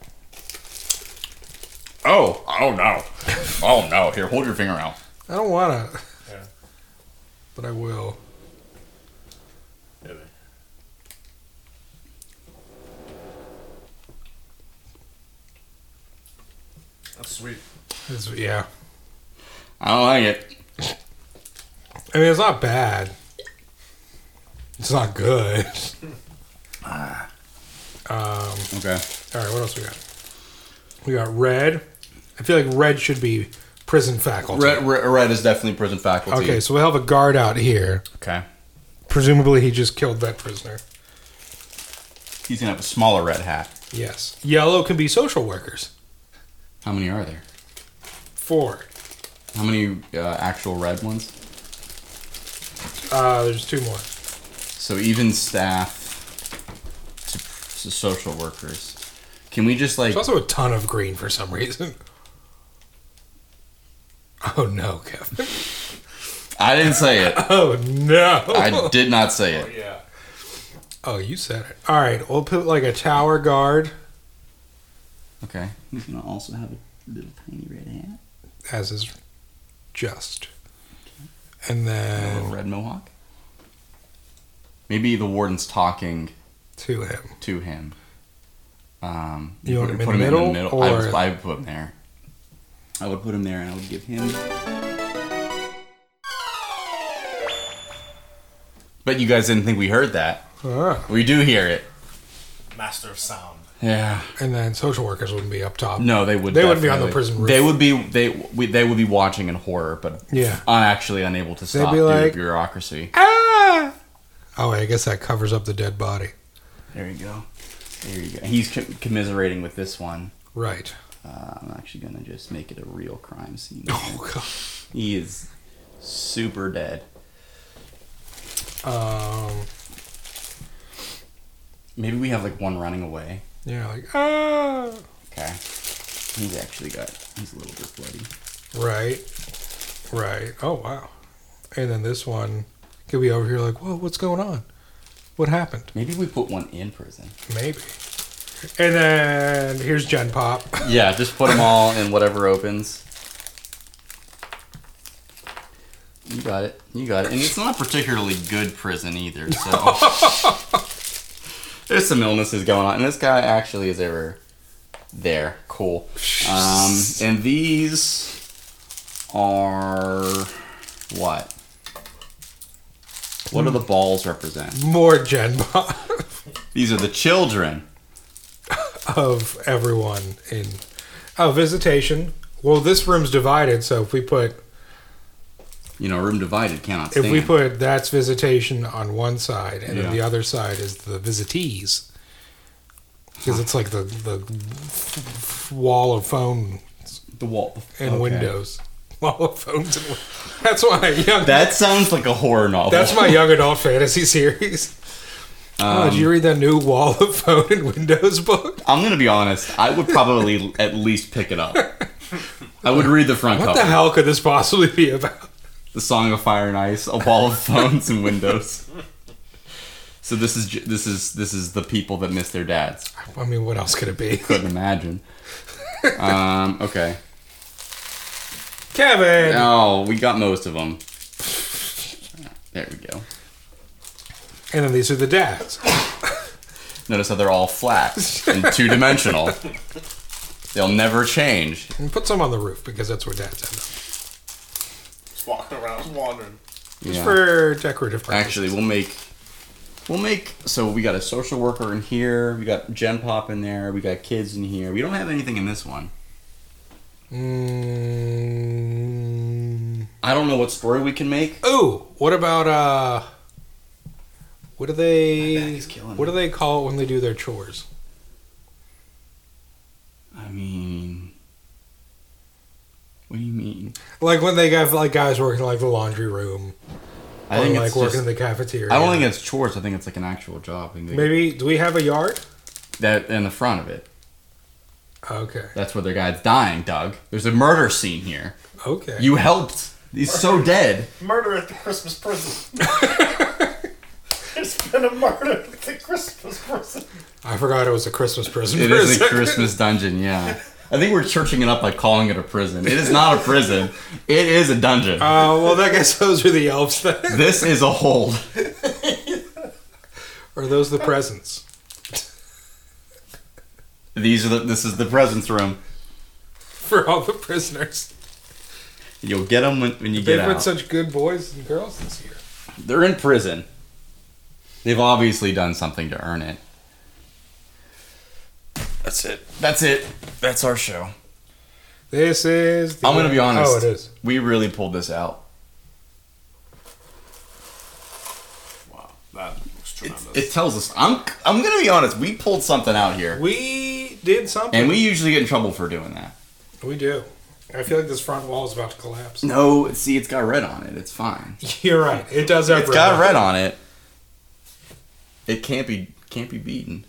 Speaker 2: Oh, oh no. Oh no. Here, hold your finger out.
Speaker 1: I don't wanna."
Speaker 4: Yeah.
Speaker 1: But I will.
Speaker 4: Yeah. That's sweet.
Speaker 1: It's, yeah.
Speaker 2: I don't like it.
Speaker 1: I mean, it's not bad. It's not good. [laughs]
Speaker 2: Okay.
Speaker 1: All right. What else we got? We got red. I feel like red should be prison faculty.
Speaker 2: Red, red, red is definitely prison faculty.
Speaker 1: Okay, so we'll have a guard out here.
Speaker 2: Okay.
Speaker 1: Presumably, he just killed that prisoner.
Speaker 2: He's gonna have a smaller red hat.
Speaker 1: Yes. Yellow can be social workers.
Speaker 2: How many are there?
Speaker 1: Four.
Speaker 2: How many uh, actual red ones?
Speaker 1: Uh, there's two more.
Speaker 2: So even staff to, to social workers. Can we just like
Speaker 1: There's also a ton of green for some reason. [laughs] Oh no, Kevin. [laughs]
Speaker 2: I didn't say it.
Speaker 1: Oh no. [laughs]
Speaker 2: I did not say it.
Speaker 4: Yeah.
Speaker 1: oh, you said it. All right, we'll put like a tower guard
Speaker 2: Okay. He's gonna also have a little tiny red hat.
Speaker 1: as is just. And
Speaker 2: A little
Speaker 1: then
Speaker 2: red mohawk. Maybe the warden's talking
Speaker 1: to him.
Speaker 2: to him. Um,
Speaker 1: You want him in
Speaker 2: put
Speaker 1: the middle,
Speaker 2: I, would,
Speaker 1: or-
Speaker 2: I would put him there. I would put him there, and I would give him. But you guys didn't think we heard that.
Speaker 1: Ah.
Speaker 2: We do hear it.
Speaker 4: Master of sound.
Speaker 2: Yeah.
Speaker 1: And then social workers wouldn't be up top.
Speaker 2: No, they would.
Speaker 1: They wouldn't be on the
Speaker 2: definitely-
Speaker 1: prison roof.
Speaker 2: They would be. They we, they would be watching in horror, but
Speaker 1: Yeah.
Speaker 2: un- actually unable to stop
Speaker 1: be
Speaker 2: due
Speaker 1: like-
Speaker 2: to bureaucracy.
Speaker 1: Ah! Oh, wait, I guess that covers up the dead body.
Speaker 2: There you go. There you go. He's com- commiserating with this one.
Speaker 1: Right. [laughs]
Speaker 2: Uh, I'm actually gonna just make it a real crime scene.
Speaker 1: Oh god.
Speaker 2: He is super dead.
Speaker 1: Um.
Speaker 2: Maybe we have like one running away.
Speaker 1: Yeah. Like ah.
Speaker 2: Okay. He's actually got. He's a little bit bloody.
Speaker 1: Right. Right. Oh wow. And then this one could be over here like, whoa, what's going on? What happened?
Speaker 2: Maybe we put one in prison.
Speaker 1: Maybe. And then here's Gen Pop. [laughs]
Speaker 2: Yeah, just put them all in whatever opens. You got it. You got it. And it's not particularly good prison either. So there's some illnesses going on, and this guy actually is ever there. Cool. Um, and these are what? What do the balls represent?
Speaker 1: More Gen Pop
Speaker 2: These are the children.
Speaker 1: of everyone in Oh, visitation. Well, this room's divided, so if we put
Speaker 2: You know, room divided cannot
Speaker 1: if
Speaker 2: stand.
Speaker 1: we put that's visitation on one side, and
Speaker 2: Yeah.
Speaker 1: then the other side is the visitees, because it's like the the f- wall of phone
Speaker 2: the wall
Speaker 1: and
Speaker 2: Okay.
Speaker 1: windows. [laughs] Wall of phones. And, win- that's why young.
Speaker 2: That sounds like a horror novel.
Speaker 1: that's my young adult fantasy series.
Speaker 2: Um,
Speaker 1: oh, did you read that new Wall of Phone and Windows book?
Speaker 2: I'm gonna be honest. I would
Speaker 1: [laughs]
Speaker 2: probably at least pick it up. I would read the front
Speaker 1: What
Speaker 2: cover.
Speaker 1: the hell could this possibly be about?
Speaker 2: The Song of Fire and Ice, a wall of phones and windows. So this is ju- this is this is the people that miss their dads.
Speaker 1: I mean, what else could it be?
Speaker 2: Couldn't imagine. Um, okay.
Speaker 1: Kevin.
Speaker 2: Oh, we got most of them. There we go.
Speaker 1: And then these are the dads.
Speaker 2: Notice how they're all flat and two dimensional. They'll never change.
Speaker 1: And put some on the roof because that's where dads end up.
Speaker 4: Just walking around, wandering.
Speaker 1: Just
Speaker 2: Yeah.
Speaker 1: for decorative purposes.
Speaker 2: Actually, we'll make we'll make so we got a social worker in here, we got Gen Pop in there, we got kids in here. We don't have anything in this one.
Speaker 1: Mm.
Speaker 2: I don't know what story we can make.
Speaker 1: Ooh, what about uh? What do
Speaker 2: My back
Speaker 1: they?
Speaker 2: is killing
Speaker 1: What
Speaker 2: me.
Speaker 1: do they call it when they do their chores?
Speaker 2: I mean What do you mean?
Speaker 1: Like when they have like guys working like the laundry room
Speaker 2: I
Speaker 1: or
Speaker 2: think
Speaker 1: like
Speaker 2: it's
Speaker 1: working
Speaker 2: just,
Speaker 1: in the cafeteria.
Speaker 2: I don't think it's chores, I think it's like an actual job. I think they-
Speaker 1: Maybe do we have a yard?
Speaker 2: that in the front of it.
Speaker 1: Okay.
Speaker 2: That's where the guy's dying, Doug. There's a murder scene here.
Speaker 1: Okay.
Speaker 2: You helped. He's so dead.
Speaker 4: Murder at the Christmas
Speaker 2: [laughs]
Speaker 4: prison. There's been a murder at the Christmas prison.
Speaker 1: I forgot it was a Christmas prison.
Speaker 2: It
Speaker 1: for a
Speaker 2: is a
Speaker 1: second.
Speaker 2: Christmas dungeon, yeah. I think we're churching it up by calling it a prison. It is not a prison. It is a
Speaker 1: [laughs]
Speaker 2: dungeon.
Speaker 1: Uh, well, [laughs] I guess those are the elves then. [laughs]
Speaker 2: this is a hold.
Speaker 1: Or those the presents?
Speaker 2: These are the, this is the presence room.
Speaker 1: for all the prisoners.
Speaker 2: You'll get them when, when you
Speaker 1: They've
Speaker 2: get
Speaker 1: been
Speaker 2: out.
Speaker 1: such good boys and girls this year.
Speaker 2: They're in prison. They've obviously done something to earn it. That's it. That's it. That's our show.
Speaker 1: This is. The
Speaker 2: I'm gonna be honest.
Speaker 1: Oh, it is.
Speaker 2: We really pulled this out.
Speaker 4: Wow, that was tremendous.
Speaker 2: It tells us. I'm I'm gonna be honest. We pulled something out here,
Speaker 1: We did something.
Speaker 2: and we usually get in trouble for doing that.
Speaker 1: we do. I feel like this front wall is about to collapse. [laughs]
Speaker 2: No, see, it's got red on it. It's fine.
Speaker 1: You're right. It does have
Speaker 2: It's got
Speaker 1: on
Speaker 2: red on it. It can't be can't be beaten.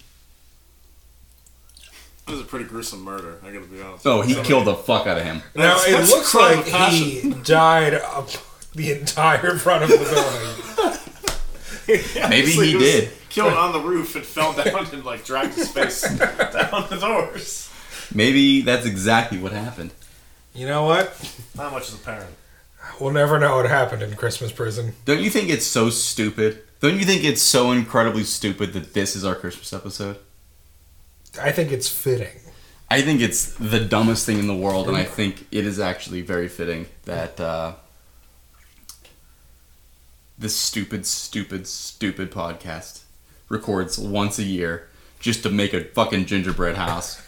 Speaker 4: This is a pretty gruesome murder. I gotta be honest.
Speaker 2: Oh, he killed the fuck out of him.
Speaker 1: it. Now it
Speaker 4: That's a
Speaker 1: looks
Speaker 4: crime
Speaker 1: like
Speaker 4: of
Speaker 1: he
Speaker 4: [laughs]
Speaker 1: died up [laughs] the entire front of the building.
Speaker 2: Maybe he did.
Speaker 4: Killed on the roof and fell down and like dragged his face [laughs] down the doors.
Speaker 2: Maybe that's exactly what happened.
Speaker 1: you know what?
Speaker 4: Not much is apparent.
Speaker 1: We'll never know what happened in Christmas prison.
Speaker 2: Don't you think it's so stupid? Don't you think it's so incredibly stupid that this is our Christmas episode?
Speaker 1: I think it's fitting.
Speaker 2: I think it's the dumbest thing in the world, and I think it is actually very fitting that uh, this stupid, stupid, stupid podcast records once a year just to make a fucking gingerbread house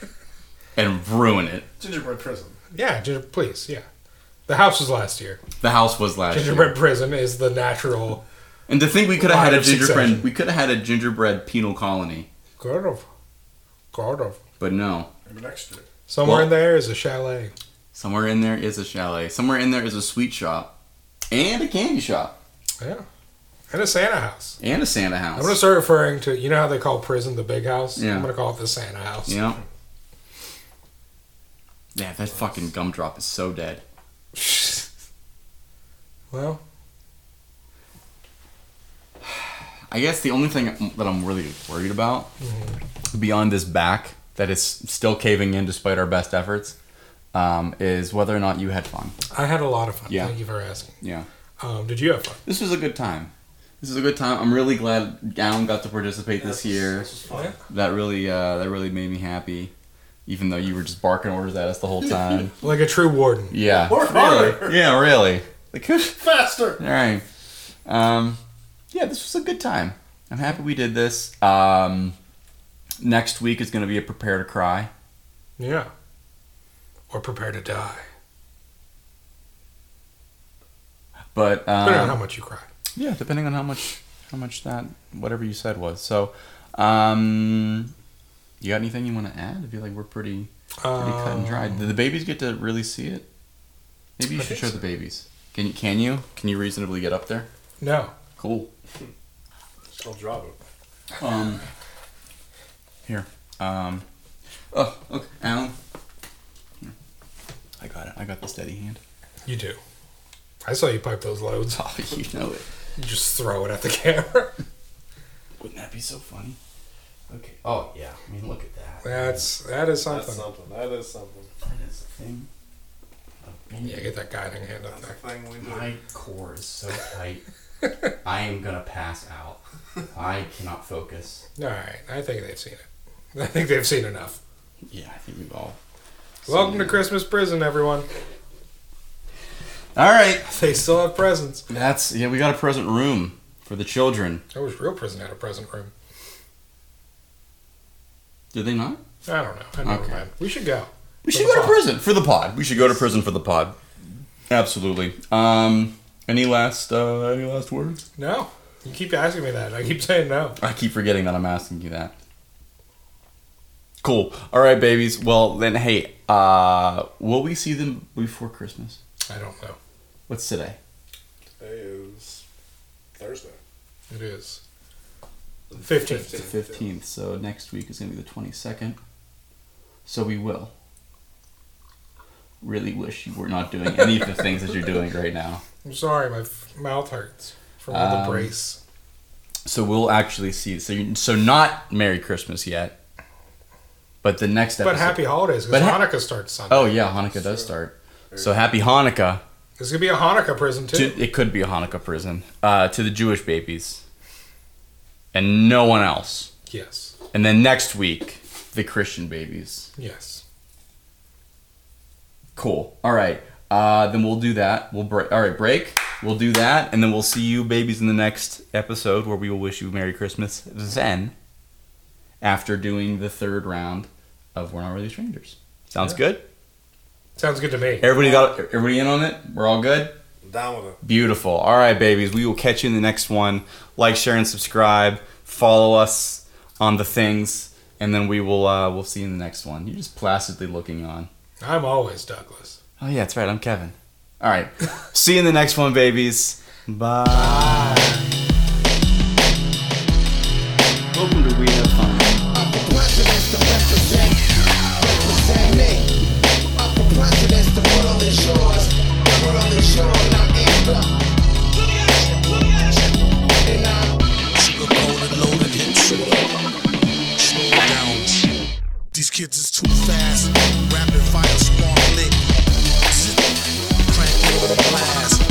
Speaker 2: and ruin it.
Speaker 4: Gingerbread prison.
Speaker 1: Yeah, gin- please. Yeah. The house was last year.
Speaker 2: The house was last
Speaker 1: Gingerbread
Speaker 2: year,
Speaker 1: prison is the natural.
Speaker 2: and to think we could have
Speaker 1: Line
Speaker 2: had a
Speaker 1: of
Speaker 2: gingerbread,
Speaker 1: succession.
Speaker 2: we could have had a gingerbread penal colony,
Speaker 1: God of. God of.
Speaker 2: but no.
Speaker 4: Maybe next year.
Speaker 1: Somewhere
Speaker 2: Well-
Speaker 1: in there is a chalet.
Speaker 2: Somewhere in there is a chalet. Somewhere in there is a sweet shop, and a candy shop,
Speaker 1: Yeah. And a Santa house.
Speaker 2: and a Santa house.
Speaker 1: I'm going to start referring to, you know how they call prison the big house?
Speaker 2: Yeah.
Speaker 1: I'm going to call it the Santa house.
Speaker 2: Yeah. Yeah, that fucking gumdrop is so dead.
Speaker 1: [laughs] Well,
Speaker 2: I guess the only thing that I'm really worried about, beyond this back that is still caving in despite our best efforts, um, is whether or not you had fun.
Speaker 1: I had a lot of fun.
Speaker 2: Yeah.
Speaker 1: Thank you for asking.
Speaker 2: Yeah.
Speaker 1: Um, did you have fun?
Speaker 2: This was a good time. This was a good time. I'm really glad Gown got to participate this year.
Speaker 4: This was fun.
Speaker 2: That really, uh, that really made me happy. Even though you were just barking orders at us the whole time.
Speaker 1: Like a true warden.
Speaker 2: Yeah.
Speaker 4: Work harder.
Speaker 2: Really? Yeah, really. Like,
Speaker 4: Faster!
Speaker 2: All right. Um, yeah, this was a good time. I'm happy we did this. Um, next week is going to be a prepare to cry.
Speaker 1: Yeah. or prepare to die.
Speaker 2: But um,
Speaker 1: Depending on how much you cry.
Speaker 2: Yeah, depending on how much how much that whatever you said was. So, um, you got anything you want to add? I feel like we're pretty pretty
Speaker 1: Uh,
Speaker 2: cut and dry. Did the babies get to really see it? Maybe you
Speaker 1: I
Speaker 2: should
Speaker 1: think
Speaker 2: show
Speaker 1: so.
Speaker 2: the babies. Can you? Can you? Can you reasonably get up there?
Speaker 1: No.
Speaker 2: Cool.
Speaker 4: I'll drop it.
Speaker 2: Um, here. Um, oh, okay, Alan. Here. I got it. I got the steady hand. [laughs]
Speaker 1: You do. I saw you pipe those loads.
Speaker 2: Oh, you know it.
Speaker 1: You just throw it at the camera. [laughs]
Speaker 2: Wouldn't that be so funny?
Speaker 4: Okay. Oh yeah. I mean, look at that.
Speaker 1: That's that is something.
Speaker 3: That's something. That is something.
Speaker 4: That is a thing.
Speaker 1: Yeah, get that guiding hand up
Speaker 3: That's a
Speaker 1: there.
Speaker 3: thing we do.
Speaker 4: My core is so tight. I am gonna pass out. I cannot focus.
Speaker 1: All right, I think they've seen it. [laughs] I think they've seen enough.
Speaker 2: Yeah, I think we've all.
Speaker 1: Welcome to Christmas prison, everyone. [laughs]
Speaker 2: All right.
Speaker 1: They still have presents.
Speaker 2: That's yeah. We got a present room for the children.
Speaker 1: I wish real prison had a present room.
Speaker 2: Did they not?
Speaker 1: I don't know. I never
Speaker 2: Okay.
Speaker 1: mind. We should go.
Speaker 2: We
Speaker 1: For
Speaker 2: should
Speaker 1: the
Speaker 2: go to
Speaker 1: pod.
Speaker 2: prison for the pod. We should go to prison for the pod. Absolutely. Um. Any last uh, any last words?
Speaker 1: No, you keep asking me that. I keep saying no.
Speaker 2: I keep forgetting that I'm asking you that. Cool. All right, babies. Well, then, hey, uh, will we see them before Christmas?
Speaker 1: I don't know.
Speaker 2: What's today?
Speaker 3: Today is Thursday.
Speaker 1: It is fifteenth.
Speaker 2: The 15th. So next week is going to be the 22nd. So we will. Really wish you were not doing any of the things that you're doing right now.
Speaker 1: I'm sorry, my f- mouth hurts from all
Speaker 2: Um,
Speaker 1: the brace.
Speaker 2: So we'll actually see. So you, so not Merry Christmas yet, but the next episode.
Speaker 1: But happy holidays
Speaker 2: But
Speaker 1: because
Speaker 2: ha-
Speaker 1: Hanukkah starts Sunday.
Speaker 2: Oh yeah, Hanukkah does start. So happy Hanukkah.
Speaker 1: This could be a Hanukkah prison too.
Speaker 2: To, it could be a Hanukkah prison uh, to the Jewish babies, and no one else.
Speaker 1: Yes,
Speaker 2: And then next week, the Christian babies.
Speaker 1: yes.
Speaker 2: Cool. All right. Uh, then we'll do that. We'll break. All right, break. We'll do that, and then we'll see you, babies, in the next episode where we will wish you Merry Christmas. Then, after doing the third round of We're Not Really Strangers, sounds good.
Speaker 1: Sounds good to me.
Speaker 2: Everybody got everybody in on it. We're all good.
Speaker 3: Down with it.
Speaker 2: Beautiful. All right, babies. We will catch you in the next one. Like, share, and subscribe. Follow us on the things, and then we will uh, we'll see you in the next one. You're just placidly looking on.
Speaker 1: I'm always Douglas.
Speaker 2: Oh yeah, that's right. I'm Kevin. All right. [laughs] See you in the next one, babies. Bye. Welcome to We Have um, Fun.
Speaker 6: These kids is too fast. Rapid fire spark lit. Crank on the blast.